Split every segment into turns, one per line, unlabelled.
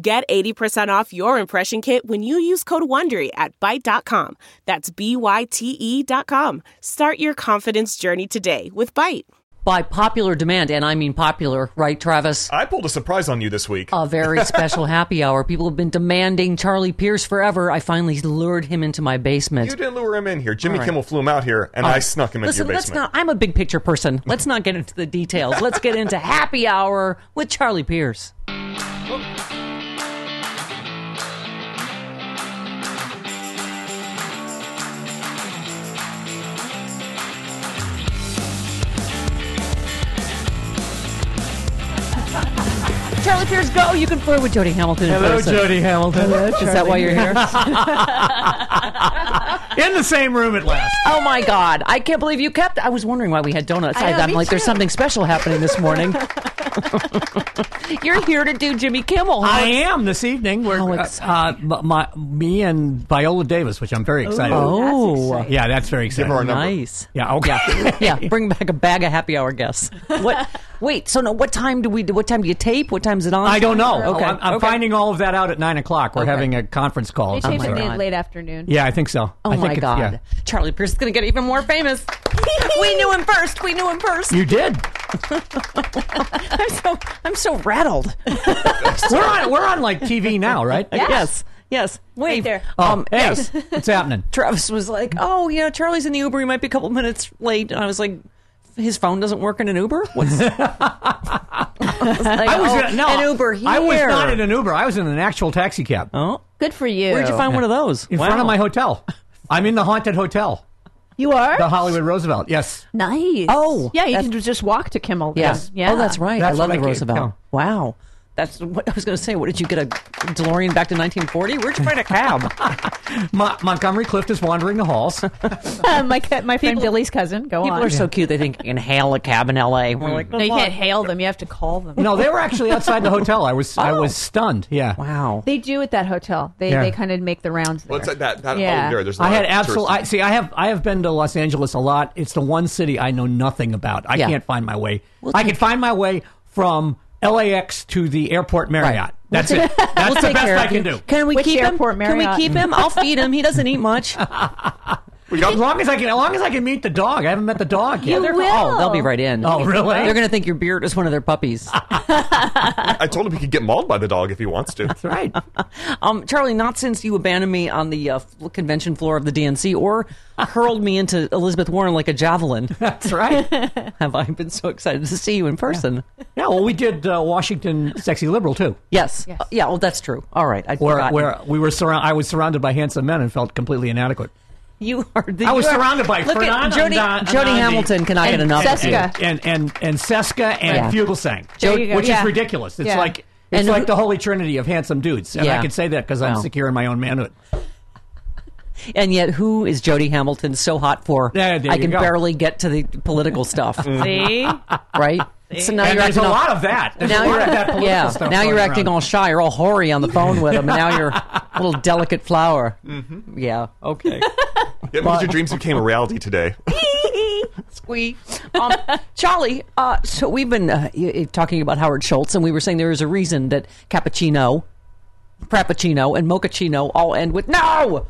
Get 80% off your impression kit when you use code WONDERY at Byte.com. That's B-Y-T-E E dot com. Start your confidence journey today with Byte.
by popular demand, and I mean popular, right, Travis?
I pulled a surprise on you this week.
A very special happy hour. People have been demanding Charlie Pierce forever. I finally lured him into my basement.
you didn't lure him in here. Jimmy
All right.
Kimmel flew him out here, and I snuck him into
Listen,
your
let's
basement.
not. I'm a big picture person. Let's not get into the details. Let's get into happy hour with Charlie Pierce. Charlie Pierce, go! Oh, You can flirt with Jody Hamilton. in
Hello,
person.
Jody Hamilton. Hello,
Is that why you're here?
in the same room at last?
Oh my God! I can't believe you kept. I was wondering why we had donuts. I
know,
am
me
like, there's
too.
something special happening this morning. You're here to do Jimmy Kimmel. Huh?
I am this evening. We're
How
uh, uh,
exciting.
m- my, me and Viola Davis, which I'm very excited. about.
oh,
yeah, that's very exciting.
her a number.
nice.
yeah, okay.
Yeah, bring back a bag of happy hour guests. What? Wait. So, no. What time do we? do? What time do you tape? What time is it on?
I don't
Oh,
know. Oh,
Okay.
I'm, I'm
okay.
finding all of that out at nine o'clock. We're
Okay.
having a conference call.
They
or something
tape
my
it
like
in
God.
late afternoon.
that. Yeah, I think so.
Oh
I think
my
it's-
God!
yeah.
Charlie Pierce is going to get even more famous. we knew him first. We knew him first.
You did.
I'm so I'm so rattled.
We're on. We're on like TV now, right?
Yes. Yes. Wave
there.
Oh,
Um,
hey, what's happening?
Travis was like, "Oh, you know, Charlie's in the Uber. He might be a couple minutes late." And I was like, "His phone doesn't work in an Uber." What's... I was like,
I was
"Oh,
in a- no,
an Uber here.
I was not in an Uber. I was in an actual taxi cab
Oh,
Good for you.
where'd you find one of those?
in
Wow.
front of my hotel. I'm in the haunted hotel,
You are
the Hollywood Roosevelt. Yes.
nice.
Oh,
yeah, you
that's-
can just walk to Kimmel. then.
Yeah.
yeah.
Oh, that's right.
That's
I love
what
the
I could-
Roosevelt.
yeah.
Wow. That's what I was going to say. What did you get a DeLorean back to 1940? Where'd you find a cab?
Mo- Montgomery Clift is wandering the halls.
Uh, my ca- my friend Billy's cousin. Go
People
on.
are so Mm. cute. They think you can hail a cab in L.A. We're like,
no, you can't hail them. You have to call them.
no, they were actually outside the hotel. I was I
Oh.
was stunned. Yeah.
wow.
They do at that hotel. They
Yeah.
they kind of make the rounds there.
What's that? that, that
Yeah.
Oh, there, there's a
I
lot
had
of
absolute. I,
tourists.
see, I have I have been to Los Angeles a lot. It's the one city I know nothing about. I
Yeah.
can't find my way. I can find my way from LAX to the airport Marriott.
Right.
That's it. That's the
take
best
care
I
of
can
you.
do.
Can we
Which
keep him?
airport,
Can we
Marriott?
keep him? I'll feed him. He doesn't eat much.
As long as I can, as long as I can meet the dog. I haven't met the dog yet.
They're- Oh, they'll be right in.
Oh, really?
They're going to think your beard is one of their puppies.
I told him he could get mauled by the dog if he wants to.
That's right.
um, Charlie, not since you abandoned me on the uh, f- convention floor of the DNC or hurled me into Elizabeth Warren like a javelin
That's right.
have I been so excited to see you in person.
Yeah. Well, we did uh, Washington sexy liberal too,
Yes. Uh, yeah, well, that's true. All right. I'd
where
forgotten.
where we were surround. I was surrounded by handsome men and felt completely inadequate.
You are the,
I was
you are-
surrounded by
Look at
Fernand
Jody,
Anand-
Jody
Anandi.
Hamilton cannot get
And
enough. of you.
Seska.
and and and Seska and
Yeah.
Fugelsang,
There you go.
which
Yeah.
is ridiculous. It's
Yeah.
like it's
And
like
who-
the holy trinity of handsome dudes, and
Yeah.
I can say that because
Wow.
I'm secure in my own manhood.
And yet, who is Jody Hamilton so hot for?
Yeah, there
I
you
can
go. Mm-hmm.
barely get to the political stuff,
See?
right? So now
and
you're
there's
acting
a
all-
lot of that. There's a lot of that political
yeah.
stuff
Now you're
going
acting
around.
all shy. You're all hoary on the phone with him, and now you're a little delicate flower.
Mm-hmm.
Yeah. Okay.
It means your dreams became a reality today.
Squee. Um, Charlie, uh, so we've been uh, y- y- talking about Howard Schultz, and we were saying there is a reason that cappuccino, frappuccino, and mochaccino all end with no.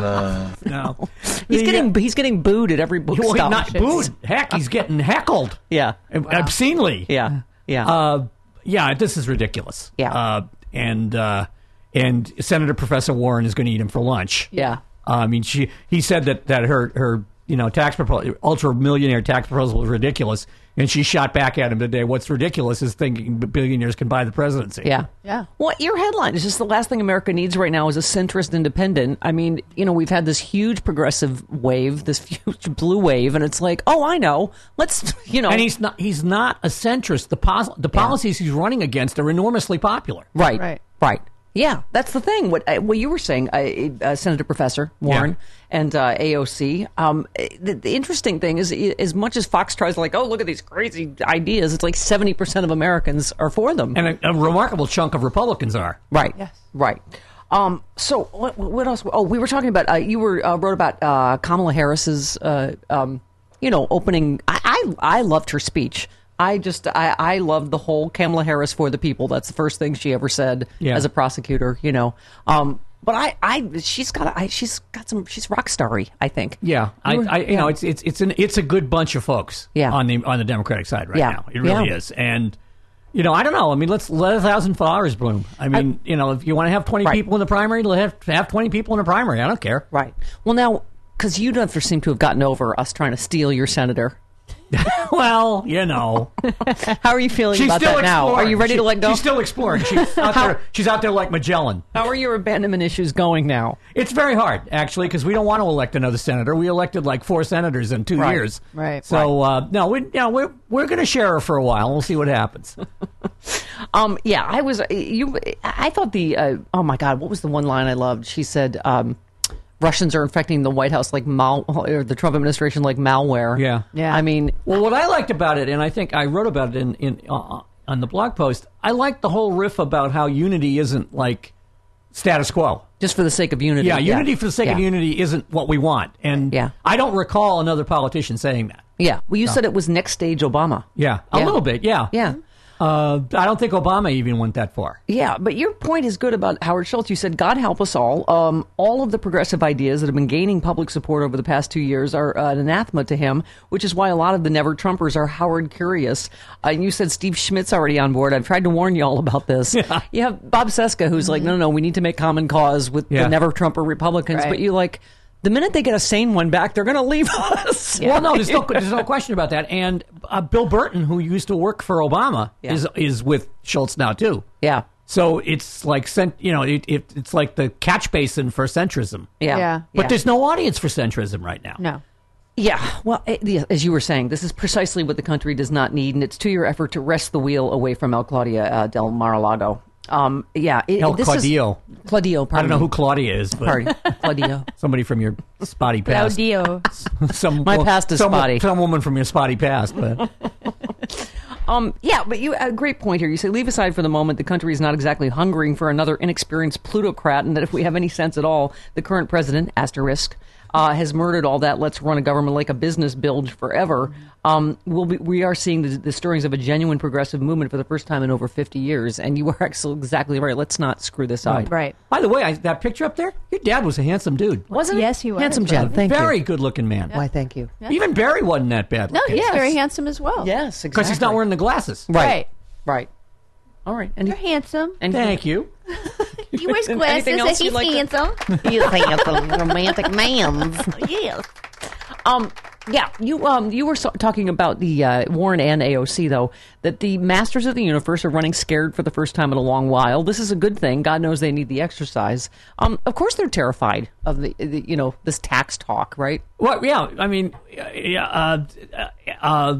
No.
He's
The,
getting
uh,
he's getting booed at every book
well, he's
stop.
not booed. Heck, he's getting heckled.
Yeah.
Ob- obscenely.
Yeah. Yeah.
Uh, yeah, this is ridiculous.
Yeah.
Uh, and uh, and Senator Professor Warren is going to eat him for lunch. Uh,
Yeah.
I mean, she he said that that her her you know tax proposal, ultra millionaire tax proposal was ridiculous, and she shot back at him today. What's ridiculous is thinking billionaires can buy the presidency.
Yeah.
Yeah.
Well, your headline is just the last thing America needs right now is a centrist independent. I mean, you know, we've had this huge progressive wave, this huge blue wave, and it's like, oh, I know. Let's, you know.
And he's not—he's not a centrist. The pos- the policies he's running against are enormously popular.
Right.
Right.
Right. Yeah, that's the thing. What uh, what you were saying, uh, uh, Senator Professor Warren and uh, AOC. Um, the, the interesting thing is, i- as much as Fox tries to like, oh, look at these crazy ideas, it's like seventy percent of Americans are for them.
and a, a remarkable chunk of Republicans are.
right.
Yes.
Right. Um, so what, what else? Oh, we were talking about. Uh, you were uh, wrote about uh, Kamala Harris's. Uh, um, you know, opening. I, I I loved her speech. I just I I loved the whole Kamala Harris for the people. That's the first thing she ever said
Yeah.
as a prosecutor. You know. Um, but I I she's got I she's got some she's rock starry. I think.
Yeah, I, I you know it's it's it's an it's a good bunch of folks.
Yeah.
on the on the Democratic side right
Yeah.
now, it really
Yeah.
is. And you know, I don't know. I mean, let's let a thousand flowers bloom. I mean, you know, if you want to have twenty
Right.
people in the primary, let have, have twenty people in the primary. I don't care.
Right. Well, now because you never seem to have gotten over us trying to steal your senator.
well, you know,
How are you feeling about that now? Are you ready
She-
to let go?
She's still exploring. She's out there. She's out there like Magellan.
How are your abandonment issues going now?
It's very hard, actually, because we don't want to elect another senator. We elected like four senators in two
Right.
years.
Right.
So uh, no, we no, we're we're going to share her for a while. and We'll see what happens.
Um, yeah, I was. You, I thought the. Uh, oh my God, what was the one line I loved? She said, um, "Russians are infecting the White House like mal or the Trump administration like malware."
Yeah.
Yeah.
I mean,
Well, what I liked about it, and I think I wrote about it in, in uh, on the blog post, I liked the whole riff about how unity isn't like status quo.
just for the sake of unity.
Yeah, unity for the sake of
Yeah.
unity isn't what we want, and
Yeah.
I don't recall another politician saying that.
Yeah. Well, you said it was next stage Obama.
Yeah, a
Yeah.
little bit. Yeah,
Yeah.
Uh, I don't think Obama even went that far.
Yeah, but your point is good about Howard Schultz. You said, God help us all. Um, all of the progressive ideas that have been gaining public support over the past two years are uh, an anathema to him, which is why a lot of the Never Trumpers are Howard curious. Uh, and you said Steve Schmidt's already on board. I've tried to warn you all about this. Yeah. You have Bob Seska, who's like, no, no, no, we need to make common cause with
Mm-hmm. Yeah.
the Never Trumper Republicans.
Right.
But you like, the minute they get a sane one back, they're going to leave us.
Well, no, there's no there's no question about that. And uh, Bill Burton, who used to work for Obama,
Yeah.
is is with Schultz now too.
Yeah.
So it's like cent- you know it, it it's like the catch basin for centrism.
Yeah.
Yeah.
But
yeah.
there's no audience for centrism right now.
No.
Yeah, well, it, yeah, as you were saying, this is precisely what the country does not need, and it's to your effort to wrest the wheel away from El Claudia uh, del Mar-a-Lago. Um, yeah, it,
El
this is-
Claudio.
Claudio,
I don't
pardon
know
me.
who Claudia is, but
Pardon, Claudio.
somebody from your spotty past.
Claudio.
Some
My past is
some-
spotty.
Some woman from your spotty past, but
Um, yeah, but you a great point here. You say leave aside for the moment the country is not exactly hungering for another inexperienced plutocrat, and that if we have any sense at all, the current president asterisk uh, has murdered all that. Let's run a government like a business bilge forever. Um, we'll be, we are seeing the, the stirrings of a genuine progressive movement for the first time in over fifty years, and you are actually exactly right. Let's not screw this up.
Right.
by the way, I, that picture up there, your dad was a handsome dude.
Wasn't it?
Yes, he was.
handsome, Jen. Thank
very
you.
good looking man.
Why? Thank you.
Even Barry wasn't that bad.
No, he's
Yes.
very handsome as well.
Yes, exactly.
because he's not wearing the glasses.
Right.
Right. All right. And
You're handsome.
and
Thank you.
He wears glasses
Anything
and
else
he's
you'd like to-
handsome.
You handsome, romantic man.
yes.
Um, yeah, you um, you were so- talking about the uh, Warren and AOC though that the Masters of the Universe are running scared for the first time in a long while. This is a good thing. God knows they need the exercise. Um, of course they're terrified of the, the you know this tax talk, right?
Well, yeah. I mean, uh, yeah. Uh, uh,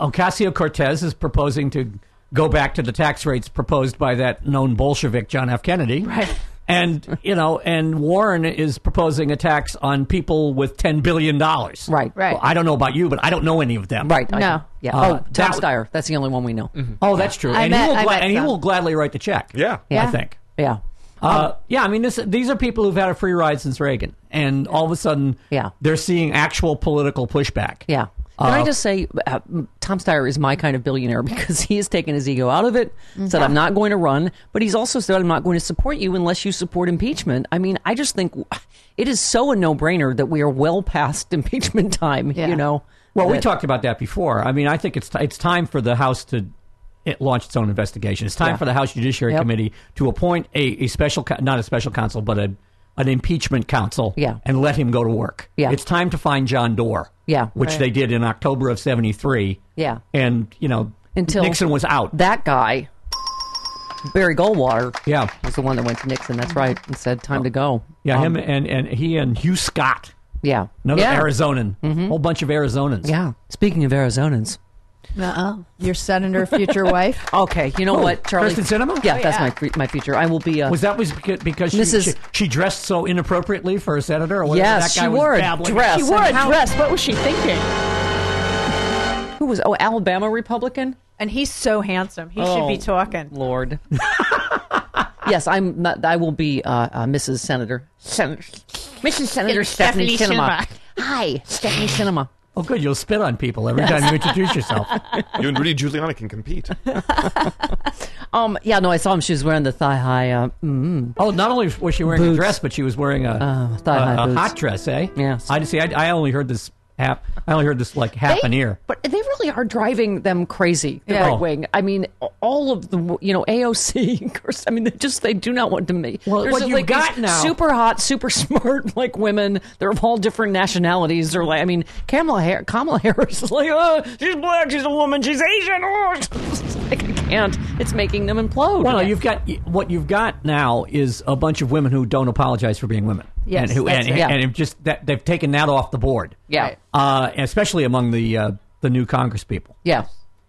Ocasio Cortez is proposing to go back to the tax rates proposed by that known Bolshevik John F. Kennedy. Right. And you know, and Warren is proposing a tax on people with ten billion dollars.
Right.
Right.
I don't know about you, but I don't know any of them.
Right. I-
No.
yeah.
Uh,
oh, Tom
that-
Steyer. That's the only one we know.
Oh, that's true.
I
and
met-
he will
I
gla-
met
and he
some.
will gladly write the check.
Yeah.
I
Yeah.
think.
Yeah. Um,
Uh, yeah, I mean, this, these are people who've had a free ride since Reagan, and all of a sudden,
Yeah.
they're seeing actual political pushback.
Yeah. Can I just say, uh, Tom Steyer is my kind of billionaire because he has taken his ego out of it, said, I'm not going to run, but he's also said, I'm not going to support you unless you support impeachment. I mean, I just think it is so a no brainer that we are well past impeachment time,
Yeah.
you know?
Well, we
That-
talked about that before. I mean, I think it's it's time for the House to it launched its own investigation. It's time
Yeah.
for the House Judiciary
Yep.
Committee to appoint a, a special, co- not a special counsel, but a, an impeachment counsel
Yeah.
and let him go to work.
Yeah.
It's time to find John Doerr,
Yeah.
which
Right.
they did in October of 73.
Yeah.
And, you know,
Until-
Nixon was out.
That guy, Barry Goldwater,
yeah.
was the one that went to Nixon. That's right, and said, "Time to go."
Yeah,
Um,
him and, and he and Hugh Scott,
Yeah.
another
yeah. Mm-hmm.
Arizonan, whole bunch of Arizonans.
Yeah. Speaking of Arizonans.
Uh-uh. Your senator, future wife.
Okay, you know what, Charlie?
Kristen Oh, Sinema?
Yeah,
Oh,
that's
yeah.
my fe- my feature. I will be. Uh,
Was that was beca- because she,
Mrs.
she, she dressed so inappropriately for a senator? Or whatever?
yes,
that guy
she
was
wore a
babbling.
dress.
She wore
and
a
how-
dress. What was she thinking?
Who was? Oh, Alabama Republican.
And he's so handsome. He should
Oh.
be talking.
Lord. yes, I'm. Not, I will be uh, uh, Mrs. Senator, Senator, Mrs. Senator Stephanie, Cinema. Hi, Stephanie Cinema.
Oh, good. You'll spit on people every time you introduce yourself.
You and Rudy Giuliani can compete.
Um, yeah, no, I saw him. She was wearing the thigh high. Uh, mm,
Oh, not only was she wearing a
Boots. Uh,
dress, but she was wearing a,
thigh-high
a, a
boots.
hot dress, eh?
Yes.
I see. I, I only heard this half. I only heard this like half an ear.
But they really are driving them crazy, the
Yeah.
right wing. I mean, all of the, you know, AOC, of course, I mean, they just, they do not want to make.
Well, what you've
like, these
got now-
Super hot, super smart, like women. They're of all different nationalities. They're like, I mean, Kamala, Har- Kamala Harris is like, oh, she's black, she's a woman, she's Asian. Oh. It's like, I can't. It's making them implode.
Well, you've got what you've got now is a bunch of women who don't apologize for being women.
Yes,
and who
that's
and,
it. Yeah.
and have just that they've taken that off the board.
Yeah.
uh, especially among the uh, the new Congress people.
Yeah.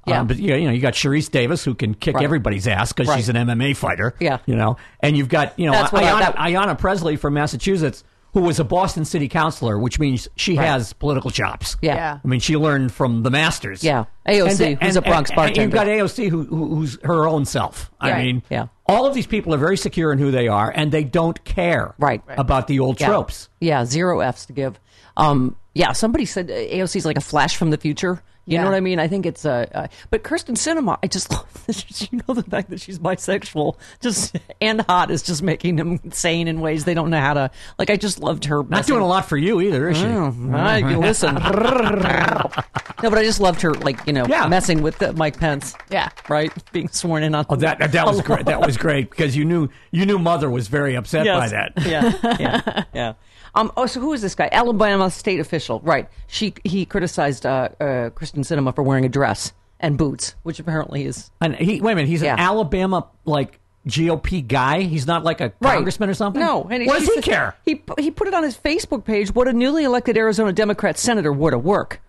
Yeah.
Um, but you know, you know, you got Sharice Davis who can kick
Right.
everybody's ass because
Right.
she's an MMA fighter.
Yeah.
you know, and you've got you know
That's what I-
Ayanna,
that-
Ayanna Presley from Massachusetts, who was a Boston City councilor, which means she has political chops.
Yeah.
Yeah.
I mean she learned from the masters.
Yeah. AOC, who's a Bronx bartender.
And you've got AOC who, who- who's her own self. I
Right.
mean,
Yeah.
all of these people are very secure in who they are, and they don't care
Right. Right.
about the old
Yeah.
tropes.
Yeah, zero F's to give. Um, yeah, somebody said uh, AOC's like a flash from the future. You
Yeah.
know what I mean? I think it's a. Uh, uh, but Kirsten Cinema, I just love that she- you know the fact that she's bisexual, just and hot is just making them insane in ways they don't know how to. Like I just loved her. Oh,
Not doing a lot for you either, is she? Mm-hmm.
listen. no, but I just loved her, like you know,
Yeah.
messing with uh, Mike Pence.
Yeah.
right. Being sworn in on.
Oh, that that was great. That was great because you knew you knew mother was very upset by
Yes.
that.
Yeah, yeah, yeah. Um, oh, so who is this guy? Alabama state official, right? She he criticized uh, uh, Kristen Cinema for wearing a dress and boots, which apparently is
And he wait a minute, he's
Yeah.
an Alabama like GOP guy. He's not like a
right.
congressman or something.
No,
and
she
what does he
said-
care?
He pu- he put it on his Facebook page. What a newly elected Arizona Democrat senator wore to work.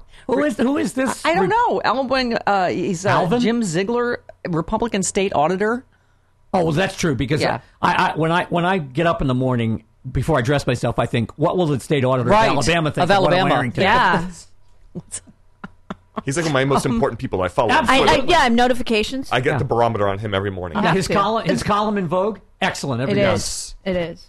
Who is who is this?
I don't
re-
know. Alvin, uh, he's uh,
Alvin?
Jim Ziegler, Republican state auditor.
Oh, well, that's true because
Yeah.
I, I when I when I get up in the morning before I dress myself, I think, what will the state auditor
Right.
of Alabama think
Of
of what I'm
Alabama.
wearing today?
Yeah.
He's like one of my most important people I
Oh,
follow. on
I, I,
Twitter.
yeah, I'm notifications.
I get the barometer on him every morning.
Yeah, his
to.
column his column in Vogue, excellent every
It is.
day.
It is.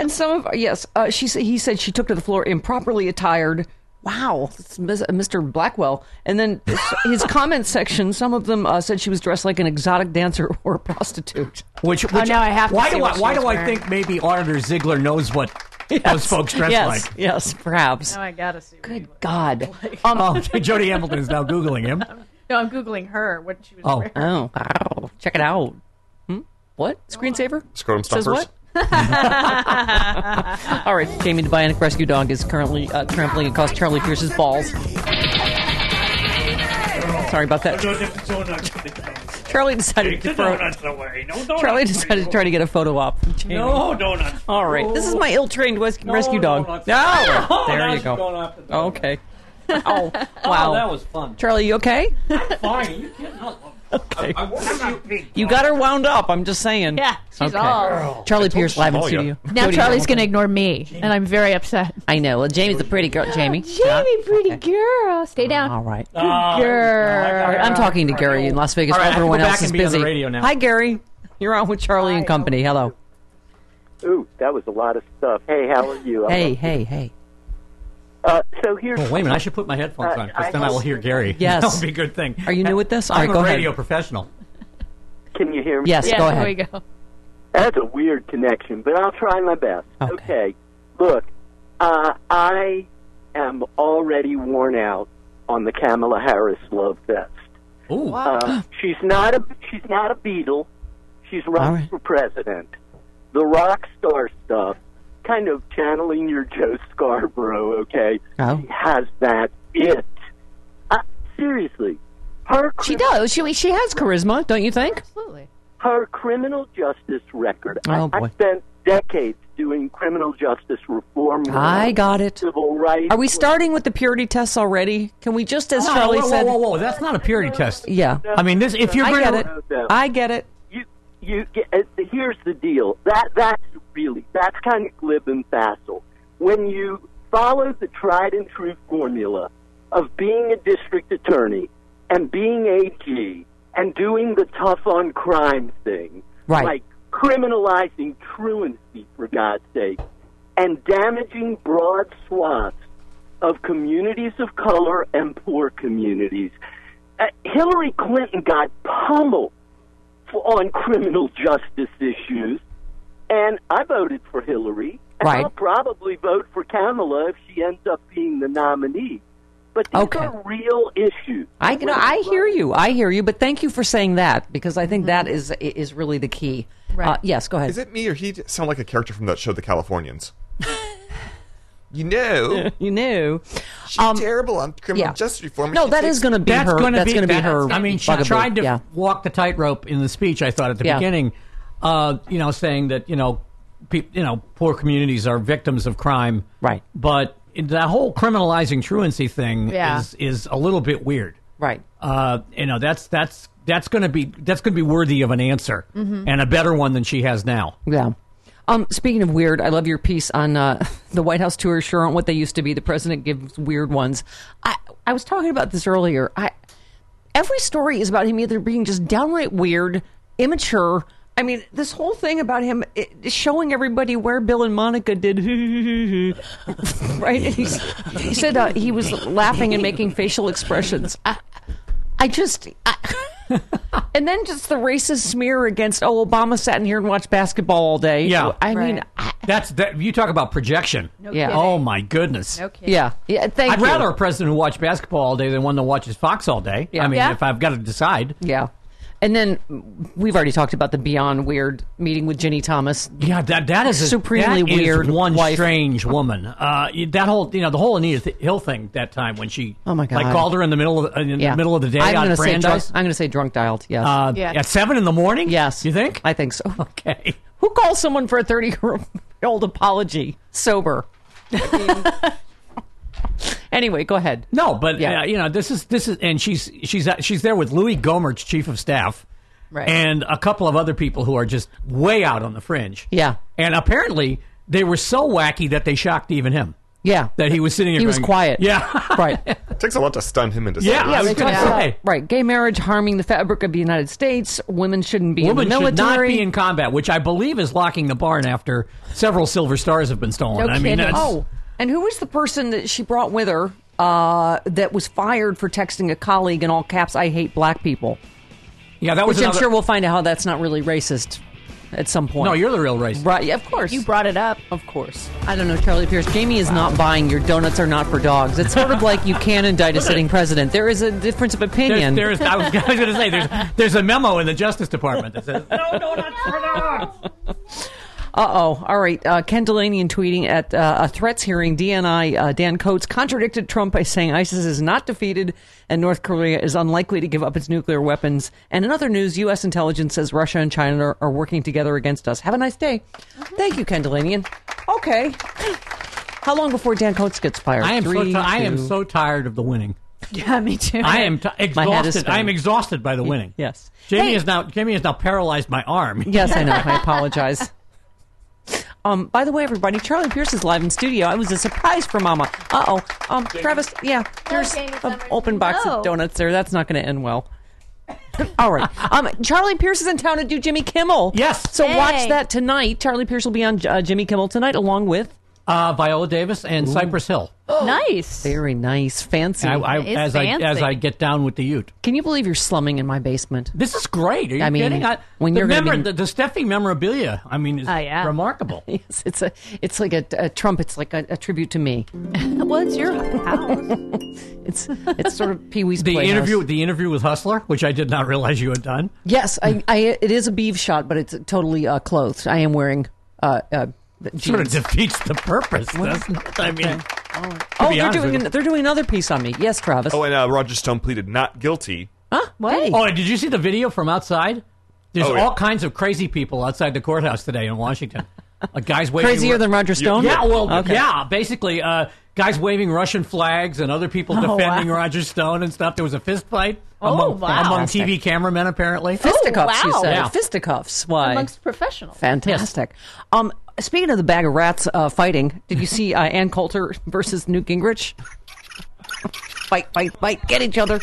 And some of yes, uh, she sa- he said she took to the floor improperly attired. Wow, it's Ms- Mr. Blackwell. And then his comment section, some of them uh, said she was dressed like an exotic dancer or a prostitute.
Which,
Oh,
which
now I have to
why
see
do
what
I
she
why
was
do I
wearing.
think maybe Auditor Ziegler knows what those folks dress
yes,
like?
yes, perhaps.
Now I gotta see. what he
Good
was-
God. Um,
Oh, Jody Hamilton is now googling him.
No, I'm googling her. What she was
Oh.
wearing.
Oh, wow. Check it out. Hmm? What? Screensaver?
Scrotum
Says
stuffers.
what? All right, Jamie the Bionic Rescue Dog is currently uh, trampling across Charlie Pierce's balls. Sorry about that. Charlie decided to throw. Charlie decided to try to get a photo op. From Jamie.
No donuts.
All right. This is my ill-trained res- rescue dog.
donuts.
No.
Oh,
there
now
you
she's
go.
going after the donuts.
Okay. Oh wow.
Oh, that was fun.
Charlie, you okay?
Fine. Are you kidding? No,
Okay.
I won't let you-
You got her wound up. I'm just saying.
Yeah, she's
Okay.
all.
Charlie Pierce
you,
live in
Somalia.
studio.
Now Charlie's going to ignore me, and I'm very upset.
I know. Well, Jamie's a pretty girl. Uh, Jamie.
Jamie, pretty girl. Stay down.
Oh, All right.
Girl.
All right, I'm talking to Gary in Las Vegas.
All right, I have to
Everyone
go back
else
and
is
be on the
busy.
radio now.
Hi, Gary. You're on with Charlie and Company. Hello.
Ooh, that was a lot of stuff. Hey, how are you?
Hey, hey, hey.
Uh, so here's
Well, Oh, wait a minute. I should put my headphones
Uh,
on because then I will hear Gary.
Yes.
That would be a good thing.
Are you new with this? All
I'm
right, go
a
ahead.
radio professional.
can you hear me?
Yes,
Yeah,
go
there we
ahead.
go.
That's a weird connection, but I'll try my best.
Okay.
Look, uh, I am already worn out on the Kamala Harris love fest.
Ooh.
Uh, she's not a she's not a Beatle. She's running for president. The rock star stuff, kind of channeling your Joe Scarborough. Okay,
Oh.
she has that it. Uh, seriously, her
She
cri-
does. She she has charisma, don't you think?
Absolutely.
her criminal justice record.
Oh,
I,
boy.
I spent decades doing criminal justice reform.
I got it.
Civil rights.
Are we starting with the purity tests already? Can we just, as Charlie
Oh, whoa,
said,
whoa, whoa, whoa, that's not a purity test.
yeah,
I mean, this if you're
I
going
get
to
it.
No.
I get it.
you you get, uh, here's the deal that that's really that's kind of glib and facile when you follow the tried and true formula of being a district attorney and being AG and doing the tough on crime thing
Right.
like criminalizing truancy for God's sake and damaging broad swaths of communities of color and poor communities uh, Hillary Clinton got pummeled for, on criminal justice issues, and I voted for Hillary. And
Right.
I'll probably vote for Kamala if she ends up being the nominee. But these
Okay.
are real issues.
I no, I hear you. I hear you. But thank you for saying that because I think that is is really the key. Uh, yes, go ahead.
Is it me or he sound like a character from that show, The Californians? you know,
you knew.
she's terrible on criminal
Um, yeah.
justice reform.
No,
She
that
takes-
is going to be
that's
her.
going to
that's
be,
going to be
that's-
her.
I mean, she
bugaboo.
tried to
Yeah.
walk the tightrope in the speech. I thought at the
Yeah.
beginning, uh, you know, saying that you know, pe- you know, poor communities are victims of crime,
Right.
But the whole criminalizing truancy thing
Yeah.
is is a little bit weird,
Right.
Uh, you know, that's that's that's going to be that's going to be worthy of an answer and a better one than she has now.
Mm-hmm. Yeah. Um, speaking of weird, I love your piece on uh, the White House tours sure aren't what they used to be. The president gives weird ones. I, I was talking about this earlier. I every story is about him either being just downright weird, immature. I mean, this whole thing about him i- showing everybody where Bill and Monica did, right? And he's, he said uh, he was laughing and making facial expressions. I, I just. I, And then just the racist smear against oh Obama sat in here and watched basketball all day.
Yeah.
I mean,
Right.
I,
That's that. You talk about projection.
yeah,
kidding.
Oh my goodness.
Okay.
yeah, yeah. Thank
I'd
you.
rather a president who watched basketball all day than one that watches Fox all day. I mean,
Yeah.
if I've got to decide,
Yeah, and then mm, we've already talked about the beyond weird meeting with Ginny Thomas.
Yeah, that that is a,
Supremely
that is
weird
one
wife.
strange woman. Uh, you- that whole you know the whole Anita Th- Hill thing that time when she
Oh, my
like
God.
called her in the middle of in
Yeah,
the middle of the day
I'm
out
gonna
at
say drunk,
Brandeis
I'm going to say drunk dialed. Yes,
uh,
Yeah.
at seven in the morning.
yes.
you think?
I think so.
okay,
Who calls someone for a thirty-year-old apology sober? anyway, go ahead.
no, but
Yeah.
uh, you know this is this is and she's she's uh, she's there with Louis Gomert's chief of staff,
Right.
and a couple of other people who are just way out on the fringe.
Yeah.
and apparently they were so wacky that they shocked even him.
Yeah,
That he was sitting. Here
He was
going,
quiet.
Yeah,
right.
It takes a lot to stun him into
yeah. I
silence.
was going to say.
Right, gay marriage harming the fabric of the United States. Women shouldn't be
Woman
in the
should not
military.
be in combat, which I believe is locking the barn after several silver stars have been stolen.
No
I mean,
kidding.
that's,
oh, and who was the person that she brought with her uh, that was fired for texting a colleague in all caps? I hate black people.
yeah, that was.
Which I'm
another-
sure we'll find out how that's not really racist at some point.
no, you're the real racist.
right. Yeah, of course.
You brought it up.
Of course. I don't know, Charlie Pierce. Jamie is not buying your donuts are not for dogs. It's sort of like you can indict a sitting president. There is a difference of opinion.
There's, there's, I was, I was going to say there's there's a memo in the Justice Department that says no donuts for dogs.
Uh-oh. All right. Uh, Ken Delaney in tweeting at uh, a threats hearing, DNI uh, Dan Coates contradicted Trump by saying ISIS is not defeated and North Korea is unlikely to give up its nuclear weapons. And in other news, U.S. intelligence says Russia and China are, are working together against us. Have a nice day. Thank you, Ken Delaney. And- Okay. How long before Dan Coates gets fired?
I am so
Three,
ti- I am
two-
so tired of the winning.
Yeah, me too.
I am t-
head is
exhausted. I am
spinning.
exhausted by the winning.
Yes.
Jamie
Hey.
is now Jamie has now paralyzed my arm.
Yes, I know. I apologize. Um, by the way, everybody, Charlie Pierce is live in studio. I was a surprise for Mama. Uh oh. Um, Travis, yeah, there's
Jamie
an
Summers.
open box
No.
of donuts there. That's not going to end well. All right. Um, Charlie Pierce is in town to do Jimmy Kimmel.
Yes.
So watch
Hey.
that tonight. Charlie Pierce will be on uh, Jimmy Kimmel tonight along with
uh, Viola Davis, and Cypress Hill.
nice. Very nice. Fancy.
And I, I, as I as I get down with the Ute.
Can you believe you're slumming in my basement?
This is great. Are you
I mean,
kidding? I,
when
the
you're gonna
memor-
be- Uh,
the, the Steffi memorabilia, I mean, is
Oh, yeah.
remarkable.
It's, it's a, it's like a, a Trump. It's like a, a tribute to me.
well, it's your house.
It's, it's sort of Pee Wee's
The
Playhouse.
interview, the interview with Hustler, which I did not realize you had done.
Yes,
Hmm.
I, I, it is a beeve shot, but it's totally uh, clothed. I am wearing uh, uh, jeans.
Sort of defeats the purpose, doesn't it? I mean,
oh,
be
they're
honest
doing
with
an, they're doing another piece on me. Yes, Travis.
Oh, and uh, Roger Stone pleaded not guilty.
Hey.
oh, and did you see the video from outside? There's
Oh, yeah.
all kinds of crazy people outside the courthouse today in Washington. Like guys waving
Crazier than Roger Stone.
Yeah, well,
Okay.
yeah, basically, uh, guys waving Russian flags and other people
Oh,
defending Roger Stone and stuff. There was a fist fight among,
Oh, wow. Oh,
among
Fantastic.
TV cameramen, apparently.
Fisticuffs, you
wow.
said.
Yeah.
Fisticuffs. Why?
amongst professionals.
Fantastic. Um, speaking of the bag of rats uh, fighting, did you see uh, Ann Coulter versus Newt Gingrich? fight, fight, fight, get each other.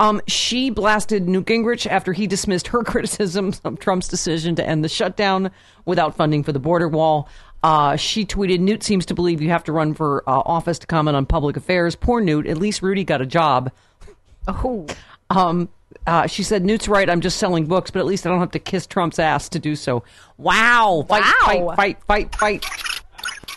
Um, she blasted Newt Gingrich after he dismissed her criticisms of Trump's decision to end the shutdown without funding for the border wall. Uh, she tweeted, Newt seems to believe you have to run for uh, office to comment on public affairs. Poor Newt. At least Rudy got a job.
Oh,
Um, uh, she said, Newt's right. I'm just selling books, but at least I don't have to kiss Trump's ass to do so. Wow. Fight,
Wow.
fight, fight, fight, fight.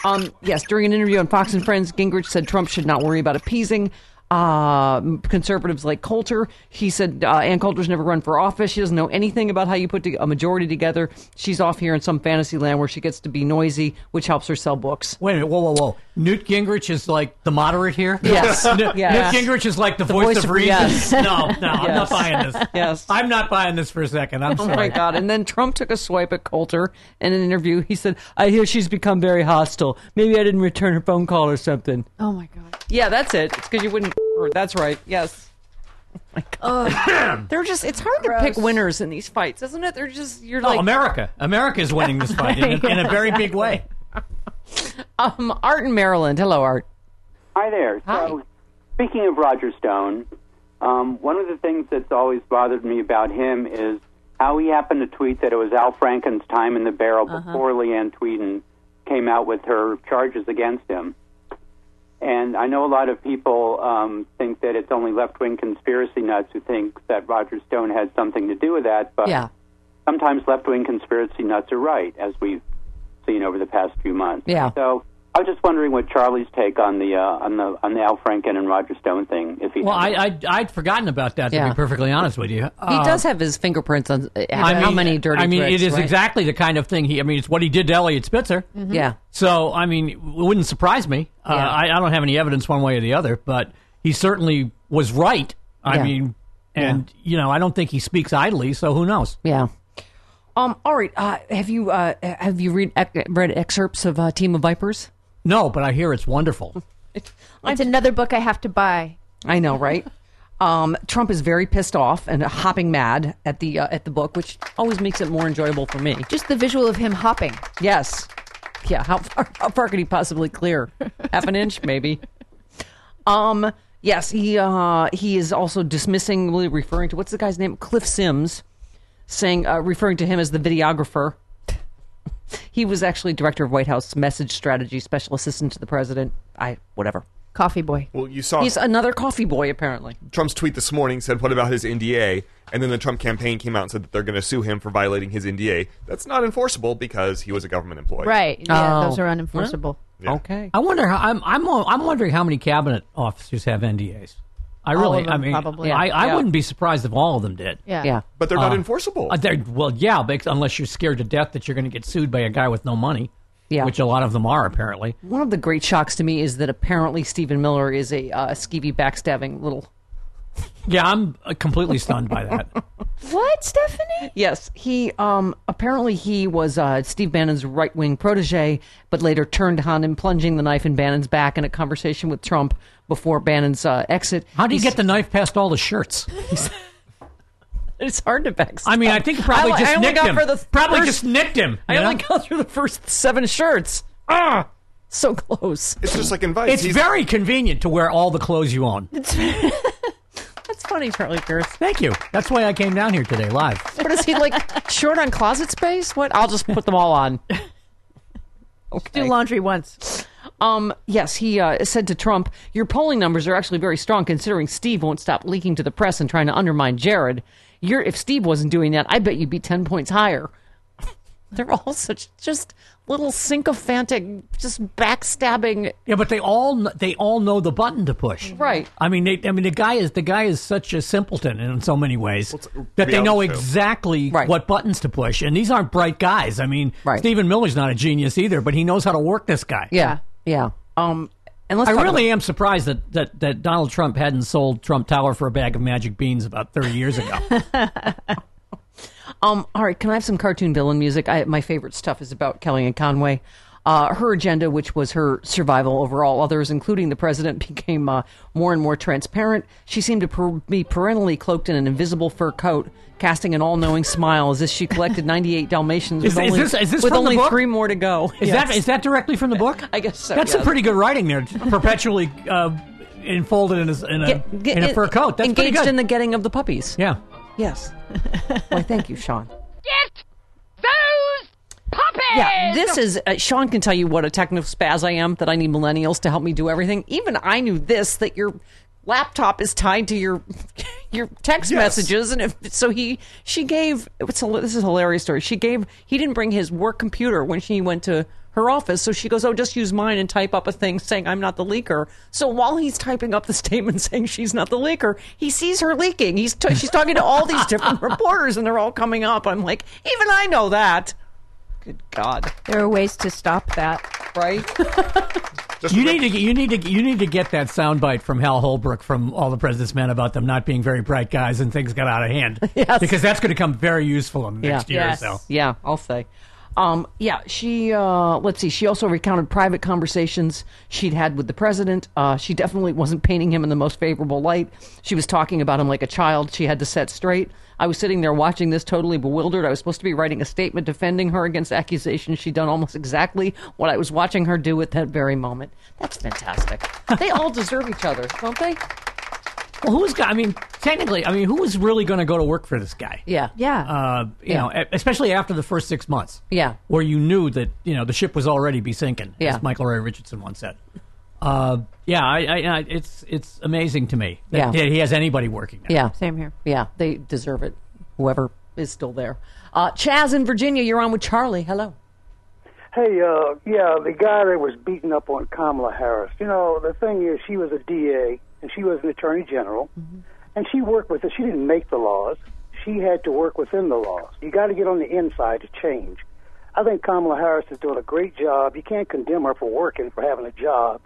Um, yes, during an interview on Fox and Friends, Gingrich said Trump should not worry about appeasing uh, conservatives like Coulter. He said uh, Ann Coulter's never run for office. She doesn't know anything about how you put to- a majority together. She's off here in some fantasy land where she gets to be noisy, which helps her sell books.
Wait a minute, whoa, whoa, whoa. Newt Gingrich is like the moderate here?
Yes.
Newt,
Yes.
Newt Gingrich is like the, voice, of reason.
yes.
No, no, I'm
Yes.
not buying this.
Yes.
I'm not buying this for a second. I'm
Oh my
sorry.
God. And then Trump took a swipe at Coulter in an interview. He said, I hear she's become very hostile. Maybe I didn't return her phone call or something.
oh my god.
Yeah, that's it. It's because you wouldn't. Her. That's right. Yes. Oh my God. They're just, it's hard to pick winners in these fights, isn't it? They're just, you're
No,
like,
America. America is winning this fight in, a- in a very big way.
um, Art in Maryland. Hello, Art.
Hi there. So, speaking of Roger Stone, um, one of the things that's always bothered me about him is how he happened to tweet that it was Al Franken's time in the barrel before Leanne Tweeden came out with her charges against him. And I know a lot of people um, think that it's only left wing conspiracy nuts who think that Roger Stone had something to do with that, but
Yeah.
sometimes left wing conspiracy nuts are right, as we've seen over the past few months.
Yeah.
So I was just wondering what Charlie's take on the uh, on the on the Al Franken and Roger Stone thing, if he
Well, I,
has.
I, I'd forgotten about that, to
Yeah.
be perfectly honest with you. Uh,
He does have his fingerprints on uh, how many dirty
I mean,
tricks,
it is
right?
exactly the kind of thing he, I mean, it's what he did to Elliot Spitzer.
Yeah.
So, I mean, it wouldn't surprise me. Uh,
Yeah.
I, I don't have any evidence one way or the other, but he certainly was right. I
Yeah.
mean, and, you know, I don't think he speaks idly, so who knows?
Yeah. Um, all right. Uh, have you, uh, have you read, read excerpts of uh, Team of Vipers?
No, but I hear it's wonderful.
It's another book I have to buy.
I know, right? Um, Trump is very pissed off and hopping mad at the uh, at the book, which always makes it more enjoyable for me.
Just the visual of him hopping.
Yes, yeah. How far, how far could he possibly clear? Half an inch, maybe. Um. Yes, he uh, he is also dismissingly referring to what's the guy's name? Cliff Sims, saying uh, referring to him as the videographer. he was actually director of White House message strategy, special assistant to the president. I whatever.
Coffee boy.
Well, you saw
He's another coffee boy, apparently.
Trump's tweet this morning said, "What about his NDA?" And then the Trump campaign came out and said that they're going to sue him for violating his NDA. That's not enforceable because he was a government employee.
Right. Yeah,
Oh.
those are unenforceable.
Yeah.
Okay.
I wonder how, I'm, I'm, I'm wondering how many cabinet officers have NDAs. I really,
of them,
I mean,
probably.
I, I
Yeah.
wouldn't be surprised if all of them did.
Yeah.
Yeah. Oh.
But they're not enforceable.
Uh, they're- well, yeah, bec- unless you're scared to death that you're going to get sued by a guy with no money,
Yeah.
which a lot of them are apparently.
One of the great shocks to me is that apparently Stephen Miller is a uh, skeevy, backstabbing little.
Yeah, I'm uh, completely stunned by that.
What, Stephanie?
Yes, he um apparently he was uh, Steve Bannon's right wing protege, but later turned on him, plunging the knife in Bannon's back in a conversation with Trump before Bannon's uh, exit.
How do you get the knife past all the shirts?
It's hard to backstab.
I mean, I think probably
I
just
only
nicked
got
him.
for the
probably
first-
just nicked him.
I
you know?
only got through the first seven shirts. Ah, so close.
It's just like invites.
it's
He's-
very convenient to wear all the clothes you own.
That's funny, Charlie Pierce.
Thank you. That's why I came down here today live.
What is he like? short on closet space? What? I'll just put them all on.
do laundry once.
Um, yes, he uh, said to Trump, "Your polling numbers are actually very strong, considering Steve won't stop leaking to the press and trying to undermine Jared. You're, if Steve wasn't doing that, I bet you'd be ten points higher." They're all such just little sycophantic, just backstabbing.
Yeah, but they all kn- they all know the button to push.
Right.
I mean, they, I mean, the guy is the guy is such a simpleton in so many ways that they
reality
know
show.
exactly what buttons to push. And these aren't bright guys. I mean, Stephen Miller's not a genius either, but he knows how to work this guy.
Yeah, yeah. Um, and let's
I
talk
really am surprised that, that, that Donald Trump hadn't sold Trump Tower for a bag of magic beans about 30 years ago.
Um, all right, can I have some cartoon villain music? I, my favorite stuff is about Kellyanne Conway. Uh, her agenda, which was her survival over all others, including the president, became uh, more and more transparent. She seemed to per- be perennially cloaked in an invisible fur coat, casting an all-knowing smile as if she collected 98 Dalmatians
Is-
with
is
only,
this- is this
with
from the
only
book?
three more to go.
Is that is that directly from the book?
I guess so.
That's
yes.
some pretty good writing there, perpetually uh, enfolded in a, in a,
Get- get- uh,
in a fur coat. That's pretty
engaged
good.
in the getting of the puppies.
yeah.
Yes. Why, thank you, Sean.
Get those puppies!
Yeah, this is uh, Sean can tell you what a technospaz I am. That I need millennials to help me do everything. Even I knew this that your laptop is tied to your your text
Yes.
messages, and if, so he she gave. It's a, this is a hilarious story. She gave. He didn't bring his work computer when she went to her office, so she goes, "Oh, just use mine and type up a thing saying I'm not the leaker." So while he's typing up the statement saying she's not the leaker, he sees her leaking. He's t- she's talking to all these different reporters, and they're all coming up. I'm like, even I know that. Good God.
There are ways to stop that,
right?
You need to get- you need to you need to get that soundbite from Hal Holbrook from All the President's Men about them not being very bright guys and things got out of hand.
Yes.
Because that's going to come very useful in the next year or so.
Yeah, I'll say. Um, yeah, she, uh, let's see, she also recounted private conversations she'd had with the president. Uh, she definitely wasn't painting him in the most favorable light. She was talking about him like a child she had to set straight. I was sitting there watching this totally bewildered. I was supposed to be writing a statement defending her against accusations she'd done almost exactly what I was watching her do at that very moment. That's fantastic. they all deserve each other, don't they?
Well, who's got? I mean, technically, I mean, who is really going to go to work for this guy?
Yeah.
Yeah.
Uh, you
Yeah.
know, e- especially after the first six months.
Yeah.
Where you knew that you know the ship was already be sinking.
Yeah.
As Michael Ray Richardson once said. Uh, yeah, I, I, I, it's it's amazing to me that
Yeah.
that he has anybody working. There.
Yeah.
Same here.
Yeah, they deserve it. Whoever is still there. Uh, Chaz in Virginia, you're on with Charlie. Hello.
Hey, uh, yeah, the guy that was beating up on Kamala Harris. You know, the thing is, she was a DA and she was an attorney general,
Mm-hmm.
and she worked with it. She didn't make the laws; she had to work within the laws. You got to get on the inside to change. I think Kamala Harris is doing a great job. You can't condemn her for working for having a job,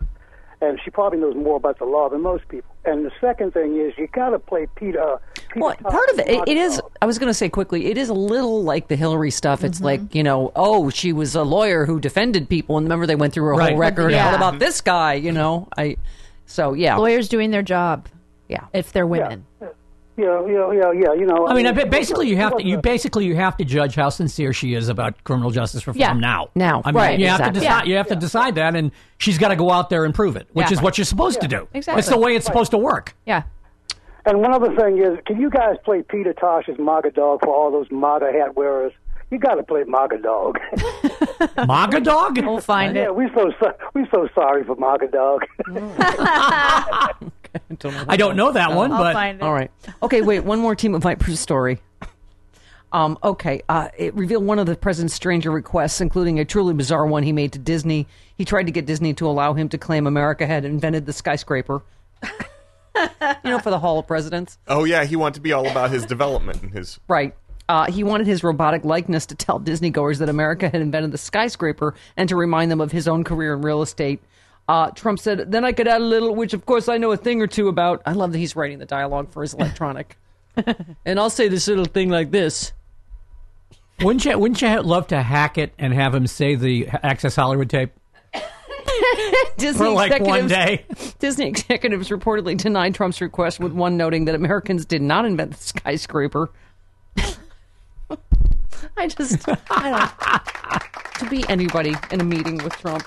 and she probably knows more about the law than most people. And the second thing is, you got to play Peter. Uh, Peter
Well, part of it, it, it is, I was going to say quickly, it is a little like the Hillary stuff.
Mm-hmm.
It's like, you know, oh, she was a lawyer who defended people. And remember, they went through her
Right.
whole record.
Yeah.
What about this guy? You know, I, so yeah.
Lawyers doing their job.
Yeah.
If they're women.
Yeah, yeah, yeah, yeah. You know,
I mean, I
mean,
bet basically you have to
what's
you basically you have to judge how sincere she is about criminal justice reform
Yeah.
now.
Now.
I mean,
Right,
you have
exactly.
to decide.
Yeah.
You have to decide that, and she's got to go out there and prove it, which
Yeah.
is what you're supposed to
Yeah.
do.
Exactly.
It's the way it's
Right.
supposed to work.
Yeah.
And one other thing is, can you guys play Peter Tosh's MAGA dog for all those MAGA hat wearers? You got to play MAGA dog.
MAGA dog? We'll
find
yeah, we so so we so sorry for MAGA dog.
I don't know that one, but
all right. Okay, wait. One more Team of Vipers story. Um, okay, uh, it revealed one of the president's stranger requests, including a truly bizarre one he made to Disney. He tried to get Disney to allow him to claim America had invented the skyscraper. you know, for the Hall of Presidents.
Oh yeah, he wanted to be all about his development and his
Right. Uh, he wanted his robotic likeness to tell Disney goers that America had invented the skyscraper and to remind them of his own career in real estate. Uh, Trump said, then I could add a little, which of course I know a thing or two about. I love that he's writing the dialogue for his electronic. and I'll say this little thing like this.
wouldn't you wouldn't you ha- love to hack it and have him say the Access Hollywood tape?
Disney
For, like, one
executives- Disney executives reportedly denied Trump's request, with one noting that Americans did not invent the skyscraper. I just, I don't, to be anybody in a meeting with Trump.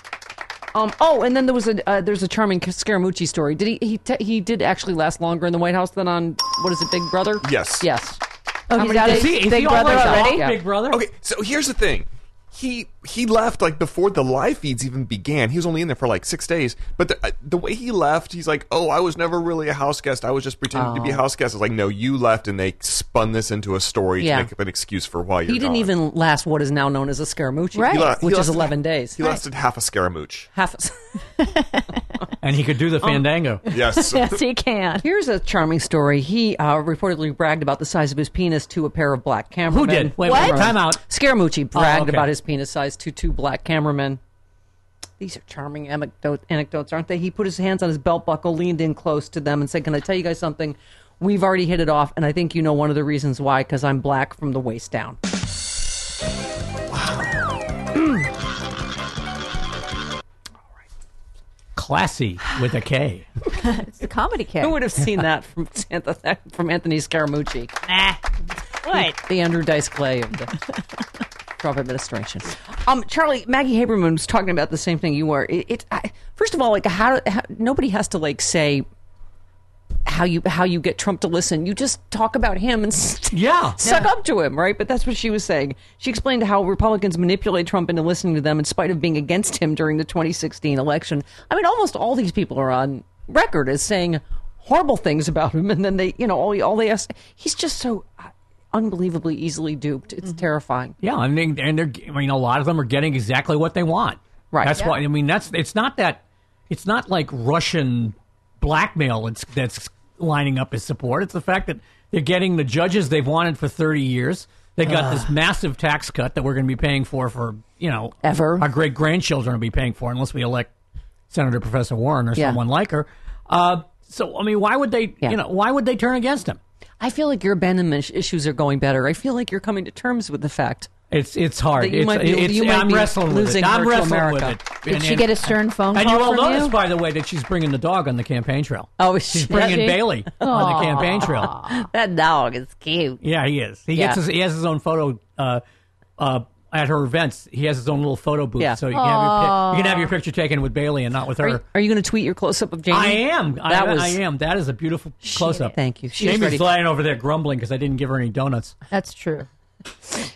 Um, oh, and then there was a uh, there's a charming Scaramucci story. Did he he te- he did actually last longer in the White House than on what is it, Big Brother?
Yes.
Yes. How
Oh, he's
many
out of
days-
Big Brother already?
Yeah.
Brother.
Okay, so here's the thing. he he left like before the live feeds even began. He was only in there for like six days. But the, uh, the way he left, he's like, "Oh, I was never really a house guest. I was just pretending to be a
Oh.
house guest." It's like, no, you left, and they spun this into a story
Yeah.
to make up an excuse for why you're
He didn't
gone.
even last what is now known as a Scaramucci,
He la- he
which is
lasted-
11 days.
He lasted half a scaramouche.
Half
And he could do the
Um,
fandango.
he can. Here's a charming story. He uh, reportedly bragged about the size of his penis to a pair of black cameramen.
Who did? Wait, wait, What? time out. Oh,
Scaramucci bragged
okay.
about his penis size to two black cameramen. These are charming anecdote, anecdotes, aren't they? He put his hands on his belt buckle, leaned in close to them, and said, Can I tell you guys something? We've already hit it off, and I think you know one of the reasons why, because I'm black from the waist down.
Classy with a K.
it's the comedy cat. Who would have seen that from Santa- from Anthony Scaramucci? Nah.
What?
The, Andrew Dice Clay of the Trump administration. Um, Charlie, Maggie Haberman was talking about the same thing you were. It, it I, first of all, like how, how nobody has to like say how you how you get Trump to listen. You just talk about him and st-
yeah,
suck up to him, right? But that's what she was saying. She explained how Republicans manipulate Trump into listening to them in spite of being against him during the 2016 election. I mean, almost all these people are on record as saying horrible things about him, and then they, you know, all all they ask, he's just so uh, unbelievably easily duped. It's terrifying.
Mm-hmm. Yeah, I mean, and they're. I mean, a lot of them are getting exactly what they want. Right. That's
Yeah.
why. I mean, that's. It's not that. It's not like Russian blackmail. It's that's lining up as support. It's the fact that they're getting the judges they've wanted for thirty years. They got this massive tax cut that we're going to be paying for for you know ever. Our great grandchildren will be paying for unless we elect Senator Professor Warren or
Yeah.
someone like her. Uh, so I mean, why would they? You know, why would they turn against him?
I feel like your abandonment issues are going better. I feel like you're coming to terms with the fact.
It's it's hard.
That you
it's,
might be-
it's-
you might
I'm
be
wrestling with
losing
it. I'm
her to
wrestling
America.
with it.
Did she get a
stern phone
and
call
you all
from
notice,
you?
by the way, that she's bringing the dog on the campaign trail.
Oh,
she's bringing
she?
Bailey on the campaign trail.
Aw, That dog is cute.
Yeah, he is. He gets
Yeah.
his, he has his own photo uh, uh, at her events. He has his own little photo booth,
Yeah.
so you can, have your,
Aw.
pic- you can have your picture taken with Bailey and not with her.
Are you going to tweet your close up of Jamie?
I am.
That
I,
was
I am. That is a beautiful close up.
Thank you. She's
Jamie's
ready.
lying over there grumbling because I didn't give her any donuts,
That's true.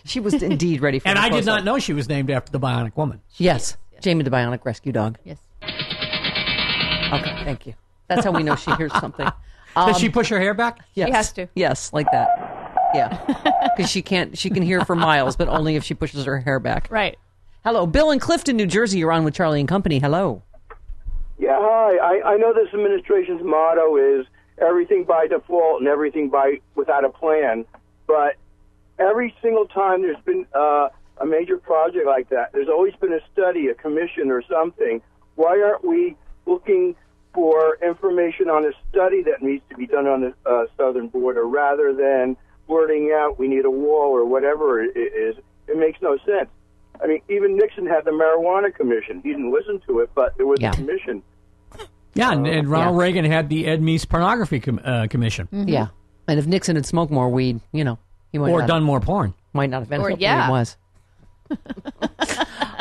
She was indeed ready for.
and
the
I did
close-up.
not know she was named after the Bionic Woman.
Yes, Jamie the Bionic Rescue Dog. Yes. Okay, thank you. That's how we know she hears something.
Does
Um,
she push her hair back?
Yes. Yes, like that. Yeah, because she can't. She can hear for miles, but only if she pushes her hair back.
Right.
Hello, Bill in Clifton, New Jersey. You're on with Charlie and Company. Hello.
Yeah, hi. I, I know this administration's motto is everything by default and everything by without a plan, but every single time there's been uh, a major project like that, there's always been a study, a commission, or something. Why aren't we looking for information on a study that needs to be done on the uh, southern border rather than blurting out we need a wall or whatever it is? It makes no sense. I mean, even Nixon had the marijuana commission. He didn't listen to it, but there was
Yeah.
a commission.
Uh, Yeah, and, and Ronald Reagan had the Ed Meese Pornography com- uh, Commission.
Yeah, and if Nixon had smoked more weed, you know, he might
Or
not-
done more porn.
Might not have been.
Or-
what
yeah.
It was.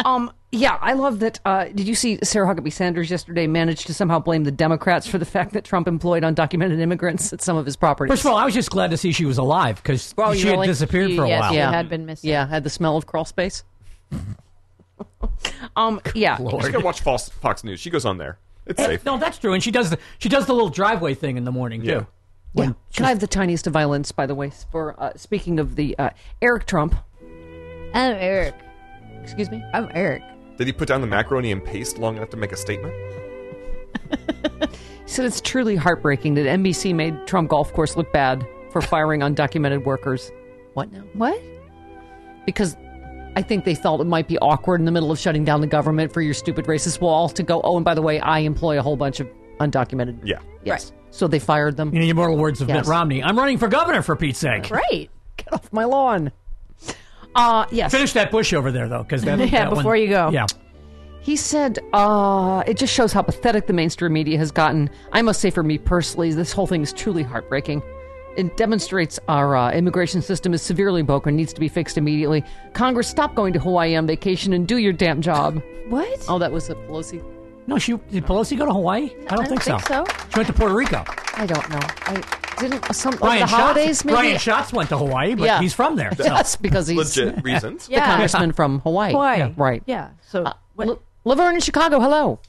um. Yeah, I love that. Uh, did you see Sarah Huckabee Sanders yesterday managed to somehow blame the Democrats for the fact that Trump employed undocumented immigrants at some of his properties?
First of all, I was just glad to see she was alive because
Well,
she
you know,
had
like,
disappeared for a while.
been missing.
Yeah, had the smell of crawl space. um. Yeah.
She's gonna watch Fox, Fox News. She goes on there. It's safe.
No, that's true. And she does the she does the little driveway thing in the morning
Yeah.
too.
Can I have the tiniest of violence, by the way, for uh, speaking of the uh, Eric Trump?
I'm Eric.
Excuse me?
I'm Eric.
Did he put down the macaroni and paste long enough to make a statement?
He said it's truly heartbreaking that NBC made Trump Golf Course look bad for firing undocumented workers. What now?
What?
Because I think they felt it might be awkward in the middle of shutting down the government for your stupid racist wall to go, oh, and by the way, I employ a whole bunch of undocumented.
Yeah.
Yes. So they fired them.
In the immortal words of
Yes.
Mitt Romney, I'm running for governor for Pete's sake.
Right.
Get off my lawn. Uh, yes.
Finish that bush over there though, because that
Yeah,
that one-
before you go.
Yeah.
He said, uh, it just shows how pathetic the mainstream media has gotten. I must say, for me personally, this whole thing is truly heartbreaking. It demonstrates our uh, immigration system is severely broken, needs to be fixed immediately. Congress, stop going to Hawaii on vacation and do your damn job.
What?
Oh, that was a Pelosi.
No, she did Pelosi go to Hawaii? I don't,
I don't
think,
think
so. She went to Puerto Rico.
I don't know. I, Didn't some like
Brian
the
Schatz-
holidays maybe?
Brian Schatz went to Hawaii, but
Yeah.
he's from there. So.
Yes, because he's
Legit reasons.
the congressman from Hawaii.
Hawaii.
Yeah, right. Uh,
Yeah. So
L- Laverne in Chicago. Hello.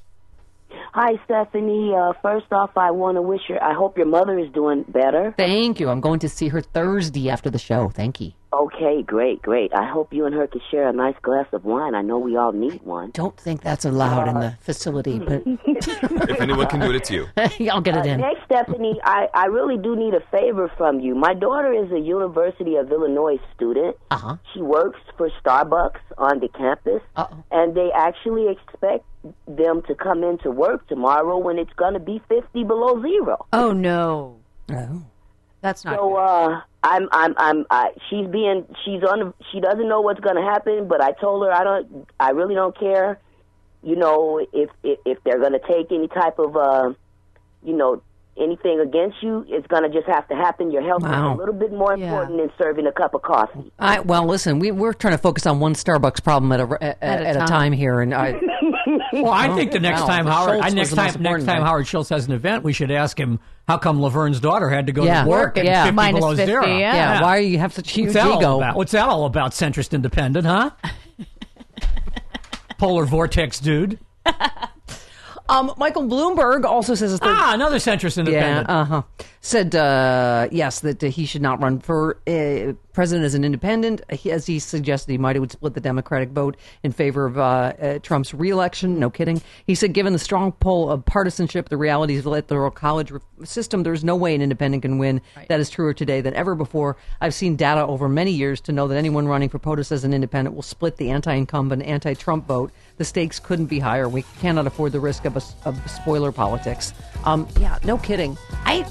Hi, Stephanie. Uh, first off, I want to wish your. I hope your mother is doing better.
Thank you. I'm going to see her Thursday after the show. Thank you.
Okay, great, great. I hope you and her can share a nice glass of wine. I know we all need one.
Don't think that's allowed in the facility, but
If anyone can do it, it's you.
I'll get it in.
Next, Stephanie, I, I really do need a favor from you. My daughter is a University of Illinois student.
Uh-huh.
She works for Starbucks on the campus, and they actually expect them to come into work tomorrow when it's going to be 50 below zero.
Oh no.
Oh.
That's not.
So uh, I'm I'm I'm I, she's being she's on she doesn't know what's going to happen, but I told her I don't I really don't care. You know if if, if they're going to take any type of uh, you know anything against you, it's going to just have to happen. Your health
Wow.
is a little bit more important than serving a cup of coffee.
I, well, listen, we, we're trying to focus on one Starbucks problem at a, at,
At
at
a time.
a, time. here, and I,
Well, I
Oh,
think the next
wow.
time
The
Howard,
Schultz
I,
was
next
the most
time, next
important
time
one.
Howard Schultz has an event, we should ask him how come Laverne's daughter had to go
Yeah.
to work at
Yeah.
50
Minus
below
50,
zero.
yeah. Yeah, why you have such huge
What's that all
ego?
about? What's that all about? Centrist independent, huh? Polar vortex, dude.
um, Michael Bloomberg also says a third.
Ah, another centrist
Yeah,
independent.
uh huh. Said uh, yes that uh, he should not run for uh, president as an independent, he, as he suggested he might. It would split the Democratic vote in favor of uh, uh, Trump's reelection. No kidding. He said, given the strong pull of partisanship, the realities of the electoral college re- system, there's no way an independent can win. That is truer today than ever before. I've seen data over many years to know that anyone running for POTUS as an independent will split the anti-incumbent, anti-Trump vote. The stakes couldn't be higher. We cannot afford the risk of a, s- of spoiler politics. Um, yeah, no kidding. I,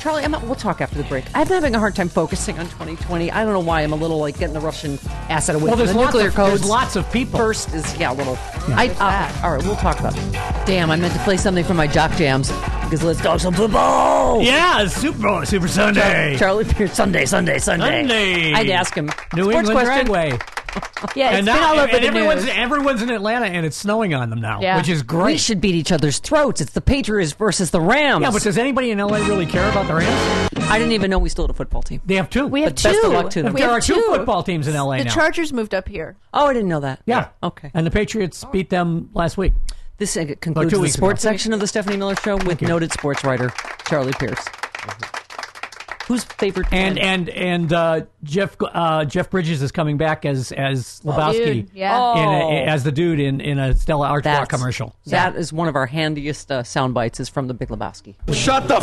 Charlie, I'm, we'll talk after the break. I'm having a hard time focusing on 2020. I don't know why. I'm a little like getting the Russian asset away
Well,
from
there's
the
lots
nuclear
of-
codes.
there's lots of people.
First is yeah, a little. I, uh, all right, we'll talk about. It. Damn, I meant to play something for my jock jams because let's talk some football.
Yeah, it's Super Bowl, Super Sunday.
Oh! Char- Charlie Pierce, Sunday, Sunday, Sunday.
Sunday.
I'd ask him.
New
Sports
England
question.
Dragway.
Yeah,
and
it's
now,
been all over
and
the
everyone's,
news.
everyone's in Atlanta, and it's snowing on them now,
Yeah.
which is
We
great.
should beat each other's throats. It's the Patriots versus the Rams.
Yeah, but does anybody in LA really care about the Rams?
I didn't even know we still had a football team.
They have two.
We have But best two. of luck to them. We
There
have
are two,
two.
football teams in LA
The
now.
Chargers
moved up here.
Oh, I didn't know that.
yeah.
Okay.
And the Patriots beat them last week.
This uh, concludes
two
the
weeks
sports
ago.
section of the Stephanie Miller Show with noted sports writer Charlie Pierce. Who's favorite?
And and and uh, Jeff uh, Jeff Bridges is coming back as as Lebowski,
dude, yeah.
in
Oh.
a, as the dude in in a Stella Artois
That's-
commercial.
That is one of our handiest uh, sound bites. Is from The Big Lebowski.
Shut the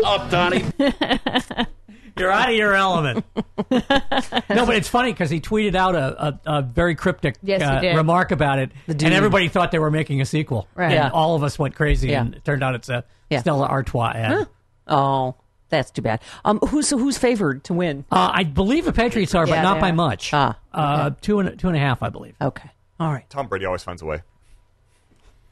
f- up, Donnie. You're out of your element. no, but it's funny because he tweeted out a, a, a very cryptic uh,
Yes, he did.
remark about it,
dude.
and everybody thought they were making a sequel.
Right.
And
Yeah.
all of us went crazy,
Yeah.
and it turned out it's a
Yeah.
Stella Artois ad.
Huh. Oh, that's too bad. Um, who's so who's favored to win?
Uh, I believe the Patriots are, but
Yeah,
not
they
by
are.
much. Ah, uh, two and two and a half, I believe.
Okay. All right.
Tom Brady always finds a way.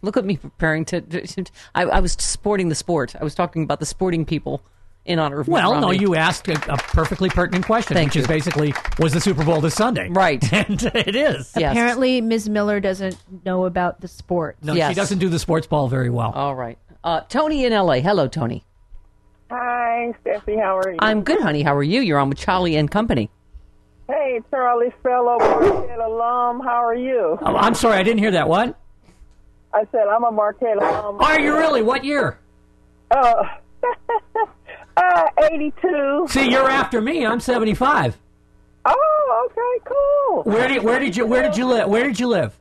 Look at me preparing to. to- to- I, I was sporting the sport. I was talking about the sporting people in honor of. Mitt
Well, no,
Romney.
you asked a, a perfectly pertinent question,
Thank
which is
you.
basically was the Super Bowl this Sunday,
right?
And it is.
Apparently, Ms. Miller doesn't know about the sport.
No, she doesn't do the sports ball very well.
All right. Uh, Tony in L.A. Hello, Tony.
Hi, Stephanie. How are you?
I'm good, honey. How are you? You're on with Charlie and Company.
Hey, Charlie, fellow Marquette alum. How are you?
Oh, I'm sorry, I didn't hear that. What?
I said I'm a Marquette alum.
Are you really? What year?
Uh, uh, 82.
See, you're after me. I'm 75.
Oh, okay, cool.
Where did where did you where did you live? Where did you live?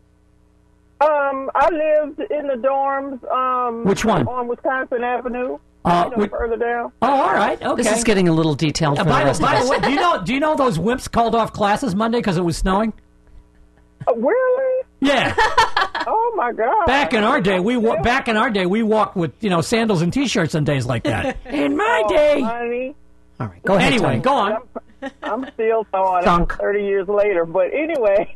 Um, I lived in the dorms. Um,
Which one?
On Wisconsin Avenue.
Uh,
you know,
which-
further down.
Oh, all right. Okay.
This is getting a little detailed
Uh,
for
by,
the
the,
rest
by
of
the
us.
way, do you know do you know those wimps called off classes Monday because it was snowing?
Uh, really?
Yeah.
oh my God.
Back in our day, we wa- back in our day we walked with you know sandals and t-shirts on days like that.
In my day. Oh, Honey,
All right. Go ahead.
Anyway,
Tony.
go on.
I'm still thawing out
Thunk.
30 years later. But anyway,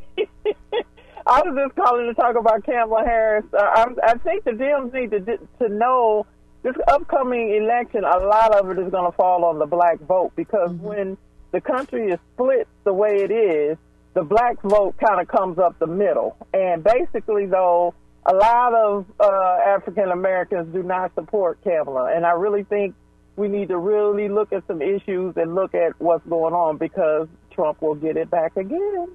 I was just calling to talk about Kamala Harris. Uh, I'm, I think the Dems need to di- to know this upcoming election. A lot of it is going to fall on the black vote because when the country is split the way it is, the black vote kind of comes up the middle. And basically, though, a lot of uh, African Americans do not support Kamala, and I really think we need to really look at some issues and look at what's going on because Trump will get it back again.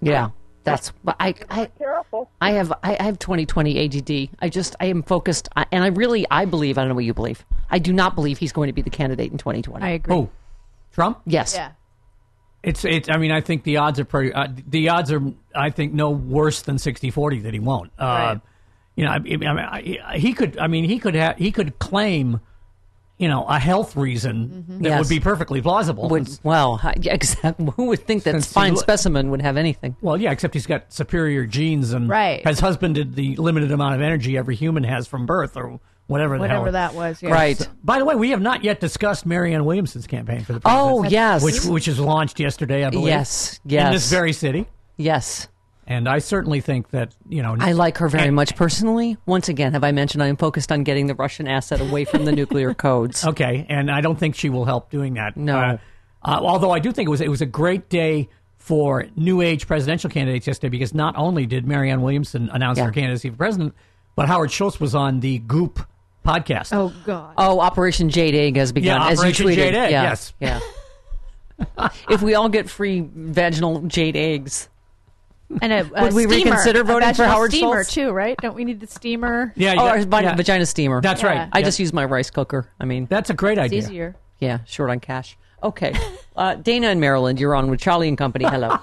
Yeah, that's. But I, I careful. I have I, I have 2020 ADD. I just I am focused, I- and I really I believe I don't know what you believe. I do not believe he's going to be the candidate in 2020.
I agree. Who? Oh, Trump?
Yes.
It's it. I mean, I think the odds are pretty. Uh, the odds are, I think, no worse than 60-40 that he won't. Uh, You know, I, I mean, I, I- he could. I mean, he could have. He could claim, you know, a health reason that
Mm-hmm. Yes.
would be perfectly plausible.
Would, well, I- yeah, exactly. Who would think that
Since he
fine
lo-
specimen would have anything?
Well, yeah, except he's got superior genes and
Right.
has husbanded the limited amount of energy every human has from birth or whatever the hell
Whatever
it-
that was, yeah.
So- by the way, we have not yet discussed Marianne Williamson's campaign for the president.
Oh, yes.
Which which is launched yesterday, I believe.
Yes,
In
yes.
this very city.
Yes.
And I certainly think that, you know,
I like her very
and-
much personally. Once again, have I mentioned I am focused on getting the Russian asset away from the nuclear codes?
Okay, and I don't think she will help doing that.
No.
Uh, uh, although I do think it was it was a great day for new age presidential candidates yesterday because not only did Marianne Williamson announce her candidacy for president, but Howard Schultz was on the Goop podcast.
Oh God.
Oh, Operation Jade Egg has begun.
Yeah,
as
Operation
you tweeted.
Jade Egg,
Yeah,
yes.
Yeah. if we all get free vaginal jade eggs,
And a, a
Would we
steamer,
reconsider
a
voting for
vaginal
Howard
steamer
Schultz? Oh,
too, right? Don't we need the steamer?
or a vagina, vagina steamer.
That's
Yeah. right.
I
Yeah.
just use my rice cooker. I mean,
that's a great
It's idea. easier.
Yeah, short on cash. Okay, uh, Dana in Maryland, you're on with Charlie and Company. Hello.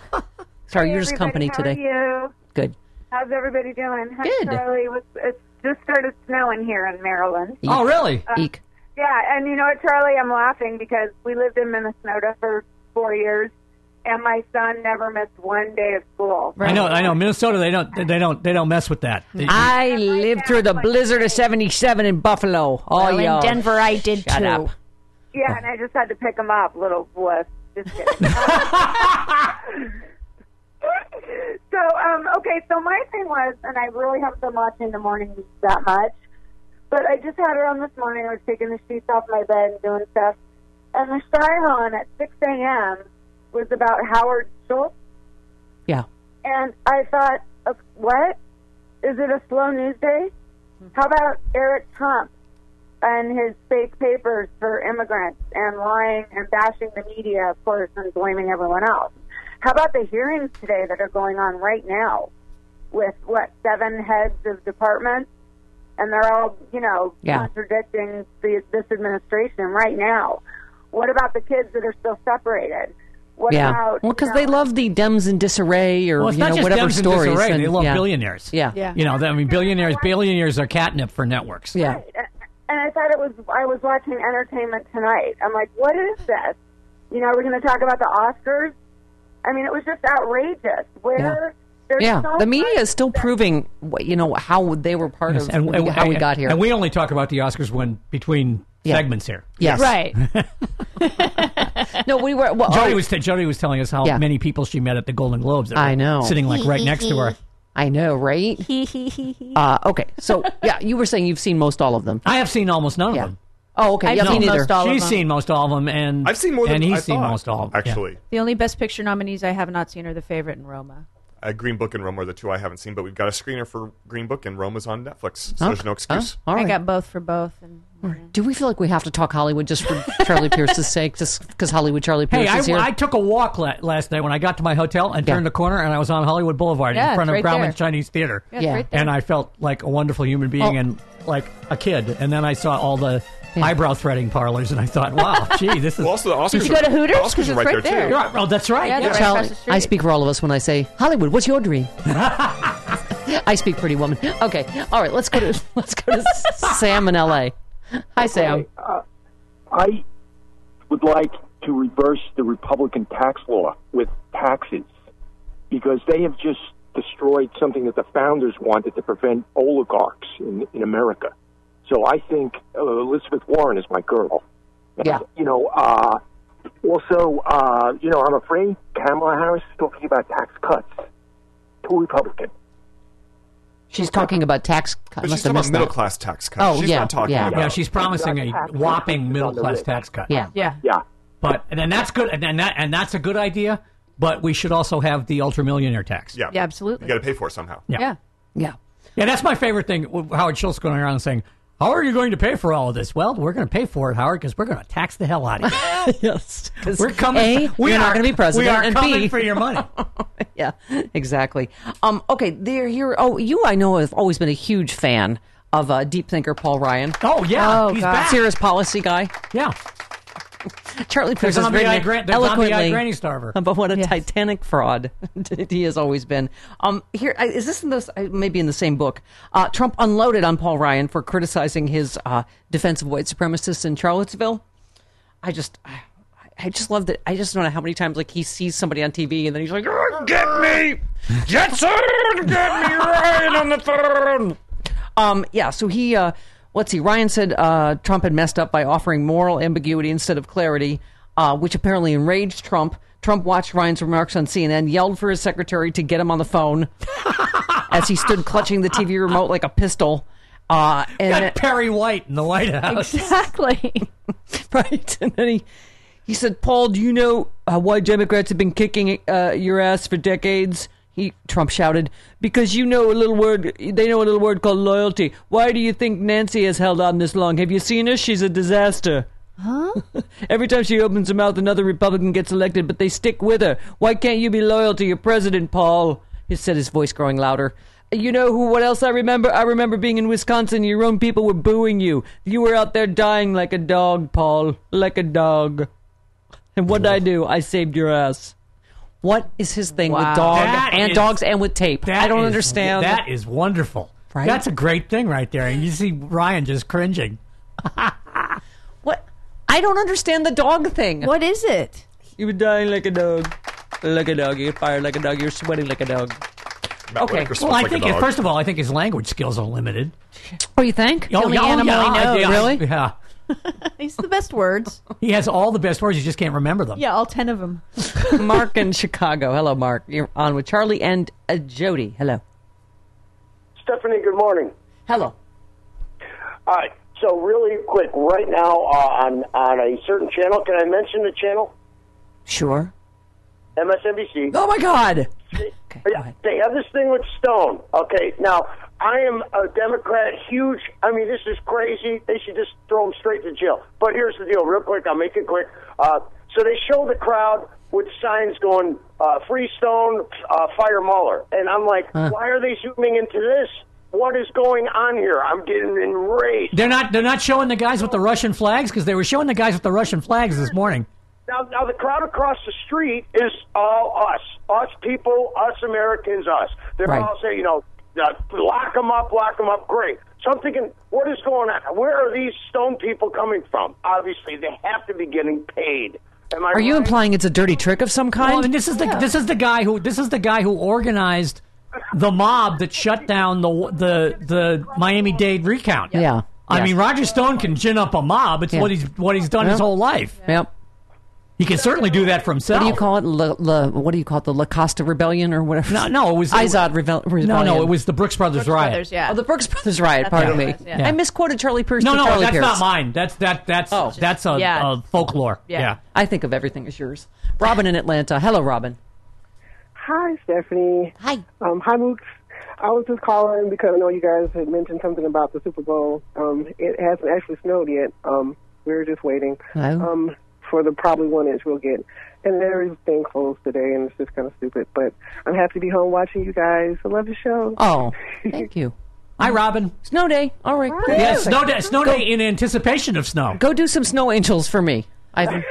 Sorry,
Hey,
yours
everybody,
company
how
today.
Are you?
Good.
How's everybody doing? Hi,
Good.
Charlie. It was- It just started snowing here in Maryland.
Oh, really?
Uh,
Eek.
Yeah, and you know what, Charlie? I'm laughing because we lived in Minnesota for four years, and my son never missed one day of school.
I know, I know. Minnesota, they don't, they don't, they don't mess with that. They-
I lived through the blizzard of '77 in Buffalo. Oh,
Well, in
yeah.
Denver, I did
Shut
too.
Up.
Yeah, and I just had to pick him up, little wuss. Just kidding. so, um, okay, so my thing was, and I really haven't been watching the morning news that much, but I just had her on this morning. I was taking the sheets off my bed and doing stuff, and the Chiron at 6 a.m. was about Howard Schultz,
Yeah.
and I thought, uh, what? Is it a slow news day? How about Eric Trump and his fake papers for immigrants and lying and bashing the media, of course, and blaming everyone else? How about the hearings today that are going on right now with, what, seven heads of departments? And they're all, you know,
Yeah.
contradicting the, this administration right now. What about the kids that are still separated? What
yeah.
about
well, because they love the Dems in disarray or
well, it's
you know
not just
whatever
Dems in
stories.
disarray.
and-
they love
yeah.
billionaires.
Yeah. Yeah.
You know, I mean, billionaires, billionaires are catnip for networks.
Yeah.
and I thought it was I was watching Entertainment Tonight. I'm like, what is this? You know, we're going to talk about the Oscars. I mean, it was just outrageous. Where there's
Yeah,
so
the media is still proving, wh- you know, how they were part
Yes,
of how we got here.
And we only talk about the Oscars when between segments here.
Yes. Right. no, we were. Well,
Jody
oh,
was t- Jody was telling us how
Yeah.
many people she met at the Golden Globes. that
I
were
know,
sitting like right next to her.
I know, right? uh, okay, so yeah, you were saying you've seen most all of them.
I have seen almost none of them.
Oh, okay. yeah, me neither.
She's seen most all of them, and
I've seen more than
and he's
I
seen
thought,
most all of them. yeah.
Actually,
The only Best Picture nominees I have not seen are The Favorite and Roma.
uh, Green Book and Rome are the two I haven't seen, but we've got a screener for Green Book and Rome is on Netflix, so
Oh,
there's no excuse.
oh, all right.
I got both for both. And
Do we feel like we have to talk Hollywood just for Charlie Pierce's sake, just because Hollywood Charlie Pierce
Hey, I,
is here?
I took a walk la- last night when I got to my hotel and turned the corner and I was on Hollywood Boulevard
Yeah,
in front
it's
of
right
Grauman's
there.
Chinese Theater.
Yeah, it's Yeah. right there.
and I felt like a wonderful human being
Oh.
and like a kid. And then I saw all the eyebrow threading parlors and I thought, wow, gee, this is.
Well, also the Oscars.
Did you go to Hooters?
The Oscars
'Cause
are
it's
right,
right
there,
there.
too.
Right,
well, that's right.
Yeah,
yeah.
Charlie, I speak for all of us when I say Hollywood. What's your dream? I speak pretty woman. Okay, all right. Let's go to let's go to Sam in L.A. Hi, Sam.
Uh, I would like to reverse the Republican tax law with taxes because they have just destroyed something that the founders wanted to prevent oligarchs in, in America. So I think uh, Elizabeth Warren is my girl.
Yeah.
You know, uh, also, uh, you know, I'm afraid Kamala Harris is talking about tax cuts to Republicans.
She's talking about tax. I
But
must
she's
have
talking about
missed
middle
that.
class tax cuts.
Oh,
she's
yeah,
not talking
yeah.
about.
Yeah, she's promising a whopping middle class tax cut.
Yeah.
Yeah.
Yeah.
But and then that's good and then that and that's a good idea, but we should also have the ultra millionaire tax.
Yeah.
Yeah, absolutely.
You got to pay for it somehow.
Yeah.
Yeah.
Yeah.
Yeah, that's my favorite thing. Howard Schultz going around and saying, How are you going to pay for all of this? Well, we're going to pay for it, Howard, because we're going to tax the hell out of you.
yes, 'Cause
we're coming.
A,
we
you're
are
not going to be president.
We are
and
coming
B,
for your money.
yeah, exactly. Um, okay, there, here. Oh, you, I know, have always been a huge fan of uh, deep thinker Paul Ryan.
Oh yeah,
oh
he's
God.
back.
serious policy guy.
Yeah,
Charlie
The
Pierce has
zombie
written
eye
it
gran- the zombie eye
eloquently
granny starver.
about what a Titanic fraud he has always been. Um, here I- is this in this I- maybe in the same book? Uh, Trump unloaded on Paul Ryan for criticizing his uh, defense of white supremacists in Charlottesville. I just. I, I just love that. I just don't know how many times like he sees somebody on TV and then he's like, "Ah, "Get me, Jetson, get me Ryan on the throne." Um, yeah. So he, uh, let's see. Ryan said uh, Trump had messed up by offering moral ambiguity instead of clarity, uh, which apparently enraged Trump. Trump watched Ryan's remarks on CNN, yelled for his secretary to get him on the phone as he stood clutching the TV remote like a pistol. Uh, and
Got Perry White in the White House.
Exactly. right. And then he, he said, Paul, do you know uh, why Democrats have been kicking uh, your ass for decades? He, Trump shouted, because you know a little word, they know a little word called loyalty. Why do you think Nancy has held on this long? Have you seen her? She's a disaster. Huh? Every time she opens her mouth, another Republican gets elected, but they stick with her. Why can't you be loyal to your president, Paul? He said, his voice growing louder. You know who? What else I remember? I remember being in Wisconsin. Your own people were booing you. You were out there dying like a dog, Paul, like a dog. And what did I do? I saved your ass. What is his thing
Wow.
with dog
That
and
is-
dogs and with tape? I don't understand.
That is wonderful.
Right?
That's a great thing right there. And you see Ryan just cringing.
I don't understand the dog thing.
What is it?
You were dying like a dog, like a dog. You're fired like a dog. You're sweating like a dog. Okay.
Well, I think, first of all, I think his language skills are limited.
Oh, you think?
The only animal he knows. Really?
Yeah.
These are the best words.
He has all the best words. You just can't remember them.
Yeah, all ten of them.
Mark in Chicago. Hello, Mark. You're on with Charlie and uh, Jody. Hello.
Stephanie, good morning.
Hello.
All right. So really quick, right now uh, on on a certain channel, can I mention the channel?
Sure.
MSNBC.
Oh my God.
Yeah, They have this thing with Stone. Okay, now I am a Democrat, huge. I mean, this is crazy. They should just throw him straight to jail. But here's the deal, real quick. I'll make it quick. Uh, so they show the crowd with signs going uh, "Free Stone, uh, Fire Mueller," and I'm like,
Huh.
why are they zooming into this? What is going on here? I'm getting enraged.
They're not. They're not showing the guys with the Russian flags because they were showing the guys with the Russian flags this morning.
Now, now the crowd across the street is all us, us people, us Americans, us. They're
Right.
all saying, you know, uh, lock them up, lock them up. Great. So I'm thinking, what is going on? Where are these stone people coming from? Obviously, they have to be getting paid. Am I
Are you implying it's a dirty trick of some kind?
Well, and this is the this is the guy who this is the guy who organized the mob that shut down the the the Miami Dade recount.
Yeah.
I
Yes.
mean, Roger Stone can gin up a mob. It's
Yeah.
what he's what he's done his
Yeah.
whole life.
Yep.
He can certainly do that for
What
himself.
do you call it? La, la, what do you call it? The La Costa Rebellion or whatever?
No, no, it was-
Izod Rebel- Rebellion.
no, no, it was the Brooks Brothers riot.
Oh, the Brooks Brothers riot.
That's
pardon
what
me.
it was, yeah.
I misquoted Charlie Pierce.
No,
to
no,
Charlie
that's
Pierce.
not mine. That's that that's that's a,
Yeah.
a folklore. Yeah.
I think of everything as yours. Robin in Atlanta. Hello, Robin.
Hi, Stephanie. Hi. Um, hi, Mooks. I was just calling because I know you guys had mentioned something about the Super Bowl. Um, it hasn't actually snowed yet. Um, we're just waiting
Oh.
um, for the probably one inch we'll get. And everything closed today, and it's just kind of stupid. But I'm happy to be home watching you guys. I love the show.
Oh, thank you.
Hi, Robin.
Snow day. All right. cool.
Yeah, snow day, snow day in anticipation of snow.
Go do some snow angels for me. I haven't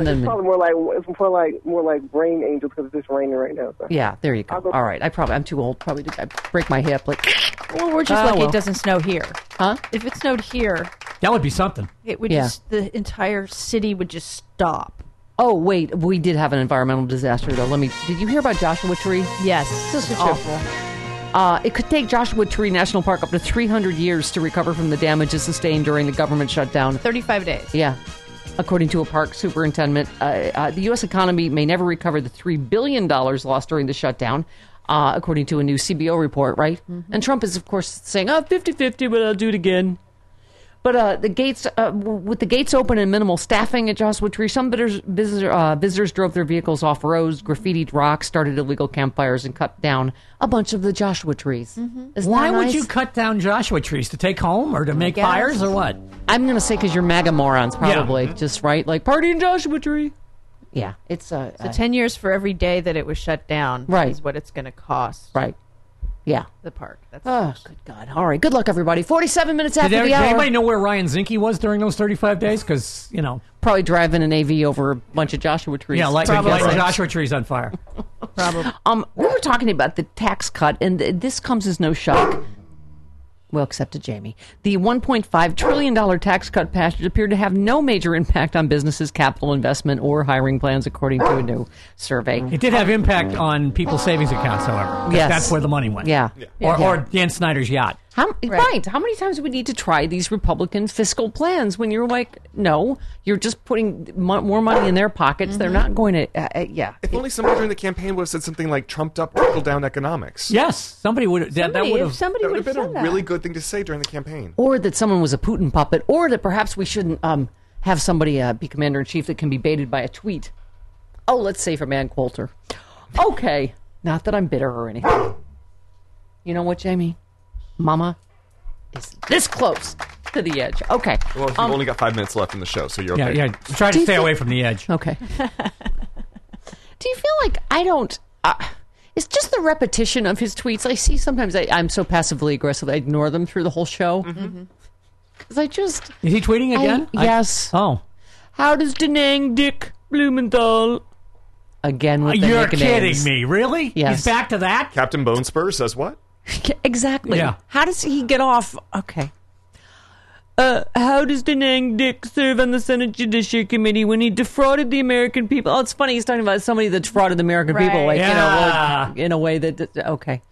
It's
them. in-
probably more like it's more like more like rain angels because it's just raining right now. So.
Yeah, there you go. All right. I probably I'm too old. Probably did I break my hip. Like,
Well, we're just
Oh,
lucky
well.
it doesn't snow here.
Huh?
If it snowed here,
That would be something.
it would
Yeah.
just the entire city would just stop.
oh wait, we did have an environmental disaster though. Let me. Did you hear about Joshua Tree?
Yes,
this is
awful.
Uh, it could take Joshua Tree National Park up to 300 years to recover from the damages sustained during the government shutdown.
35 days.
Yeah. According to a park superintendent, uh, uh, the U.S. economy may never recover the $3 billion lost during the shutdown, uh, according to a new CBO report, right? And Trump is, of course, saying, oh, 50 50, but I'll do it again. But uh, the gates, uh, w- with the gates open and minimal staffing at Joshua Tree, some visitors, visitor, uh, visitors drove their vehicles off roads, graffitied rocks, started illegal campfires, and cut down a bunch of the Joshua trees. Isn't
Why
that
would
nice?
you cut down Joshua trees to take home or to make
guess.
fires or what?
I'm going to say because you're MAGA morons,
Yeah.
probably. Just right, like party in Joshua Tree. Yeah, it's uh,
So
uh,
ten years for every day that it was shut down
Right.
is what it's going to cost
right. Yeah.
the park. That's
Oh, good God. All right. Good luck, everybody. 47 minutes
Did,
after
every-
the
did
hour.
anybody know where Ryan Zinke was during those 35 days? Because, you know,
Probably driving an AV over a bunch of Joshua trees.
yeah, like,
Probably.
like Joshua trees on fire.
Um, we were talking about the tax cut, and th- this comes as no shock. Well, except to Jamie. The $1.5 trillion tax cut package appeared to have no major impact on businesses' capital investment or hiring plans, according to a new survey.
It did have impact on people's savings accounts, however. 'cause
Yes.
That's where the money went.
Yeah.
Or,
Yeah.
or Dan Snyder's yacht.
How, right. How many times do we need to try these Republican fiscal plans when you're like, no, you're just putting mo- more money in their pockets. They're not going to, uh, uh, yeah.
If only somebody during the campaign would have said something like trumped up trickle down economics.
Yes, somebody would that,
Somebody-
would
if
have
somebody
that
would
would have
have
been a
said that.
really good thing to say during the campaign.
or that someone was a Putin puppet, or that perhaps we shouldn't um, have somebody uh, be commander in chief that can be baited by a tweet. Oh, let's say for Man Coulter. Okay, not that I'm bitter or anything. You know what, Jamie? Mama is this close to the edge. Okay.
Well, you've
Um,
only got five minutes left in the show, so you're
Yeah,
okay.
yeah. Try
Do
to
you
stay
think-
away from the edge.
Okay. Do you feel like I don't? Uh, it's just the repetition of his tweets. I see sometimes I, I'm so passively aggressive. I ignore them through the whole show because
Mm-hmm.
I just
Is he tweeting
I-
again? I-
yes.
oh.
How does Denang Dick Blumenthal again with the
Uh, You're
nicknames.
kidding me. Really?
Yes.
He's back to that?
Captain Bone Spur says what?
Exactly.
Yeah.
How does he get off? Okay. Uh, how does Denang Dick serve on the Senate Judiciary Committee when he defrauded the American people? Oh, it's funny. He's talking about somebody that defrauded the American people, like
Right.
you know,
Yeah.
like, in a way that, that- okay.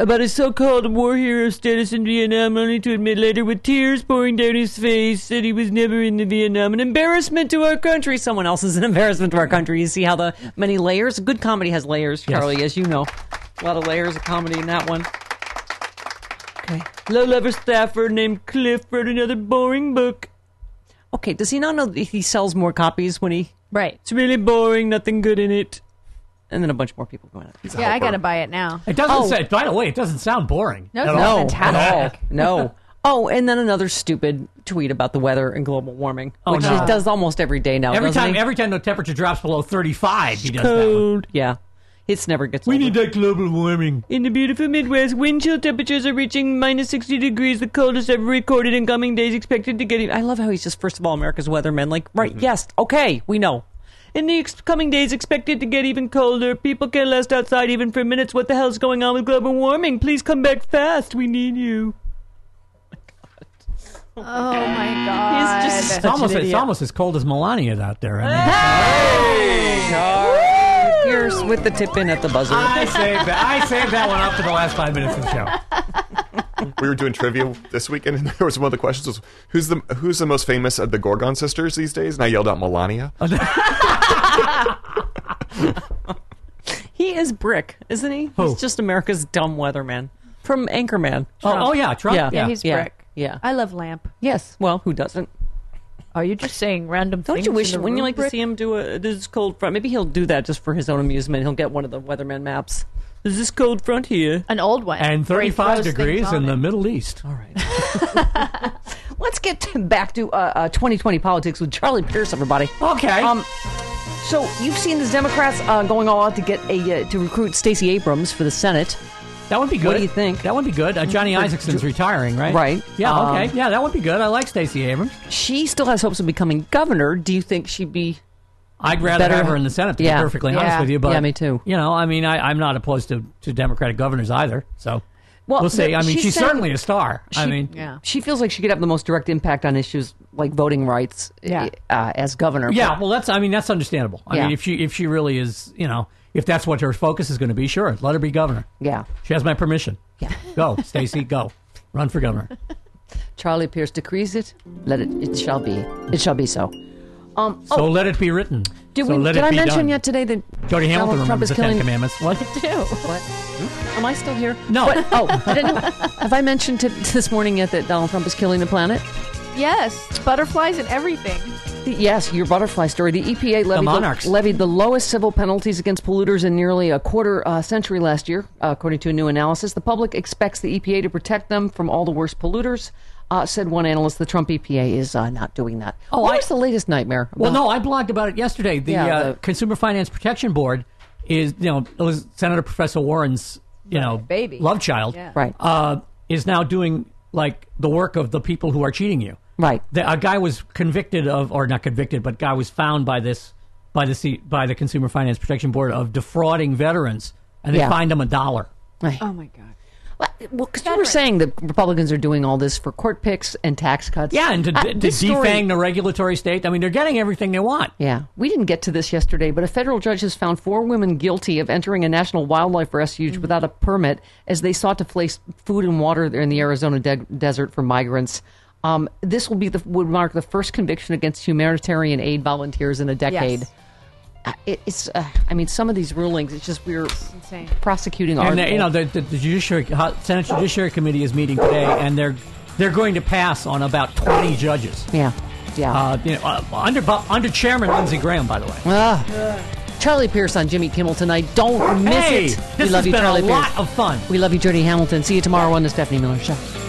About his so-called war hero status in Vietnam, only to admit later with tears pouring down his face that he was never in the Vietnam. An embarrassment to our country. Someone else is an embarrassment to our country. You see how the many layers? Good comedy has layers, Charlie, as you know. A lot of layers of comedy in that one. Okay. Low-level staffer named Cliff wrote another boring book. Okay, does he not know that he sells more copies when he...
Right.
It's really boring, nothing good in it. And then a bunch more people going up.
Yeah, I got to buy it now.
It doesn't
Oh.
say, by the way, it doesn't sound boring.
No,
at
it's not
No,
all.
fantastic.
at all. No. Oh, and then another stupid tweet about the weather and global warming, which
Oh, no.
he does almost every day now.
Every
doesn't
time,
he?
every time the temperature drops below 35, he does that one.
cold. Yeah, it's never gets.
We
old.
need that global warming.
Mm. In the beautiful Midwest, wind chill temperatures are reaching minus 60 degrees, the coldest ever recorded in coming days, expected to get. I love how he's just, first of all, America's weatherman. Like, right, yes, okay, we know. In the ex- coming days, expected to get even colder. People can last outside even for minutes. What the hell's going on with global warming? Please come back fast. We need you.
Oh my god.
He's just
It's almost, it's almost as cold as Melania out there. I mean,
Pierce with the tip in at the buzzer.
I saved that. I saved that one up for the last five minutes of the show.
we were doing trivia this weekend, and there was one of the questions was who's the who's the most famous of the Gorgon sisters these days? And I yelled out Melania.
He is Brick, isn't he?
Who?
He's just America's dumb weatherman from Anchorman.
Oh, oh yeah, Trump.
Yeah.
yeah, he's
yeah,
brick.
yeah.
I love lamp.
Yes. Well, who doesn't?
Oh, you're just saying random
Don't
things.
you wish
in the
when you like to
rubric?
see him do a this is cold front? Maybe he'll do that just for his own amusement. He'll get one of the weatherman maps. Is this cold front here?
an old one
And
where he
35
throws
degrees
things on
in the
it.
Middle East.
Let's get to- back to uh, uh, 2020 politics with Charlie Pierce, everybody.
Okay.
Um, so you've seen the Democrats uh, going all out to get a uh, to recruit Stacey Abrams for the Senate.
That would be good.
What do you think?
That would be good. Uh, Johnny Isaacson's retiring, right?
Right.
Yeah,
Um,
okay. Yeah, that would be good. I like Stacey Abrams.
She still has hopes of becoming governor. Do you think she'd be?
I'd rather
Better-
have her in the Senate, to
Yeah.
be perfectly honest
Yeah.
with you. But,
Yeah, me too.
You know, I mean, I, I'm not opposed to, to Democratic governors either. So
Well,
we'll see.
the-
I mean,
she's
she's,
saying-
certainly a star. I
She-
mean,
Yeah.
She feels like she could have the most direct impact on issues like voting rights
Yeah.
uh, as governor.
yeah. Well, that's. I mean, that's understandable. I
Yeah.
mean, if she if she really is, you know, if that's what her focus is going to be, sure, let her be governor.
Yeah.
She has my permission.
Yeah.
Go, Stacey. go. Run for governor.
Charlie Pierce decrees it. Let it. It shall be. It shall be so. Um,
So
oh,
let it be written.
did,
so
we,
let
did
it
I
be
mention
done.
yet today that
Jody Hamilton
Donald Trump
remembers
is
the
killing
Ten Commandments. What?
What? Am I still here?
No.
What? Oh, I didn't know. Have I mentioned to, this morning yet that Donald Trump is killing the planet?
Yes, butterflies and everything.
The- Yes, your butterfly story. The EPA levied
monarchs.
levied the lowest civil penalties against polluters in nearly a quarter uh, century last year, uh, according to a new analysis. The public expects the EPA to protect them from all the worst polluters, uh, said one analyst. The Trump EPA is uh, not doing that. Oh, what was the latest nightmare?
Well,
about-
no, I blogged about it yesterday. The,
Yeah,
uh, Consumer Finance Protection Board is, you know, it was Senator Professor Warren's, you know,
baby.
love child,
Yeah. Right.
Uh, is now doing like the work of the people who are cheating you.
Right.
The, a guy was convicted of, or not convicted, but guy was found by this, by the C- by the Consumer Finance Protection Board of defrauding veterans, and they
Yeah.
fined him a dollar.
Oh my God. Well, because you were saying that Republicans are doing all this for court picks and tax cuts.
Yeah, and to,
Uh,
to
this
defang
story-
the regulatory state. I mean, they're getting everything they want.
Yeah, we didn't get to this yesterday, but a federal judge has found four women guilty of entering a national wildlife refuge without a permit as they sought to place food and water there in the Arizona de- desert for migrants. Um, this will be the would mark the first conviction against humanitarian aid volunteers in a decade.
Yes.
Uh, it, it's, uh, I mean, some of these rulings. It's just we're
insane.
prosecuting our.
And they, you know, the, the, the judiciary Ho- Senate Judiciary Committee is meeting today, and they're they're going to pass on about twenty judges.
yeah, yeah.
Uh, you know, uh, under Bu- under Chairman Lindsey Graham, by the way.
Ah. Charlie Pierce on Jimmy Kimmel tonight. Don't miss
uh, Hey,
it.
this
we love
has
you,
been a
Charlie
lot
Pierce.
of fun.
We love you, Jody Hamilton. See you tomorrow on the Stephanie Miller Show.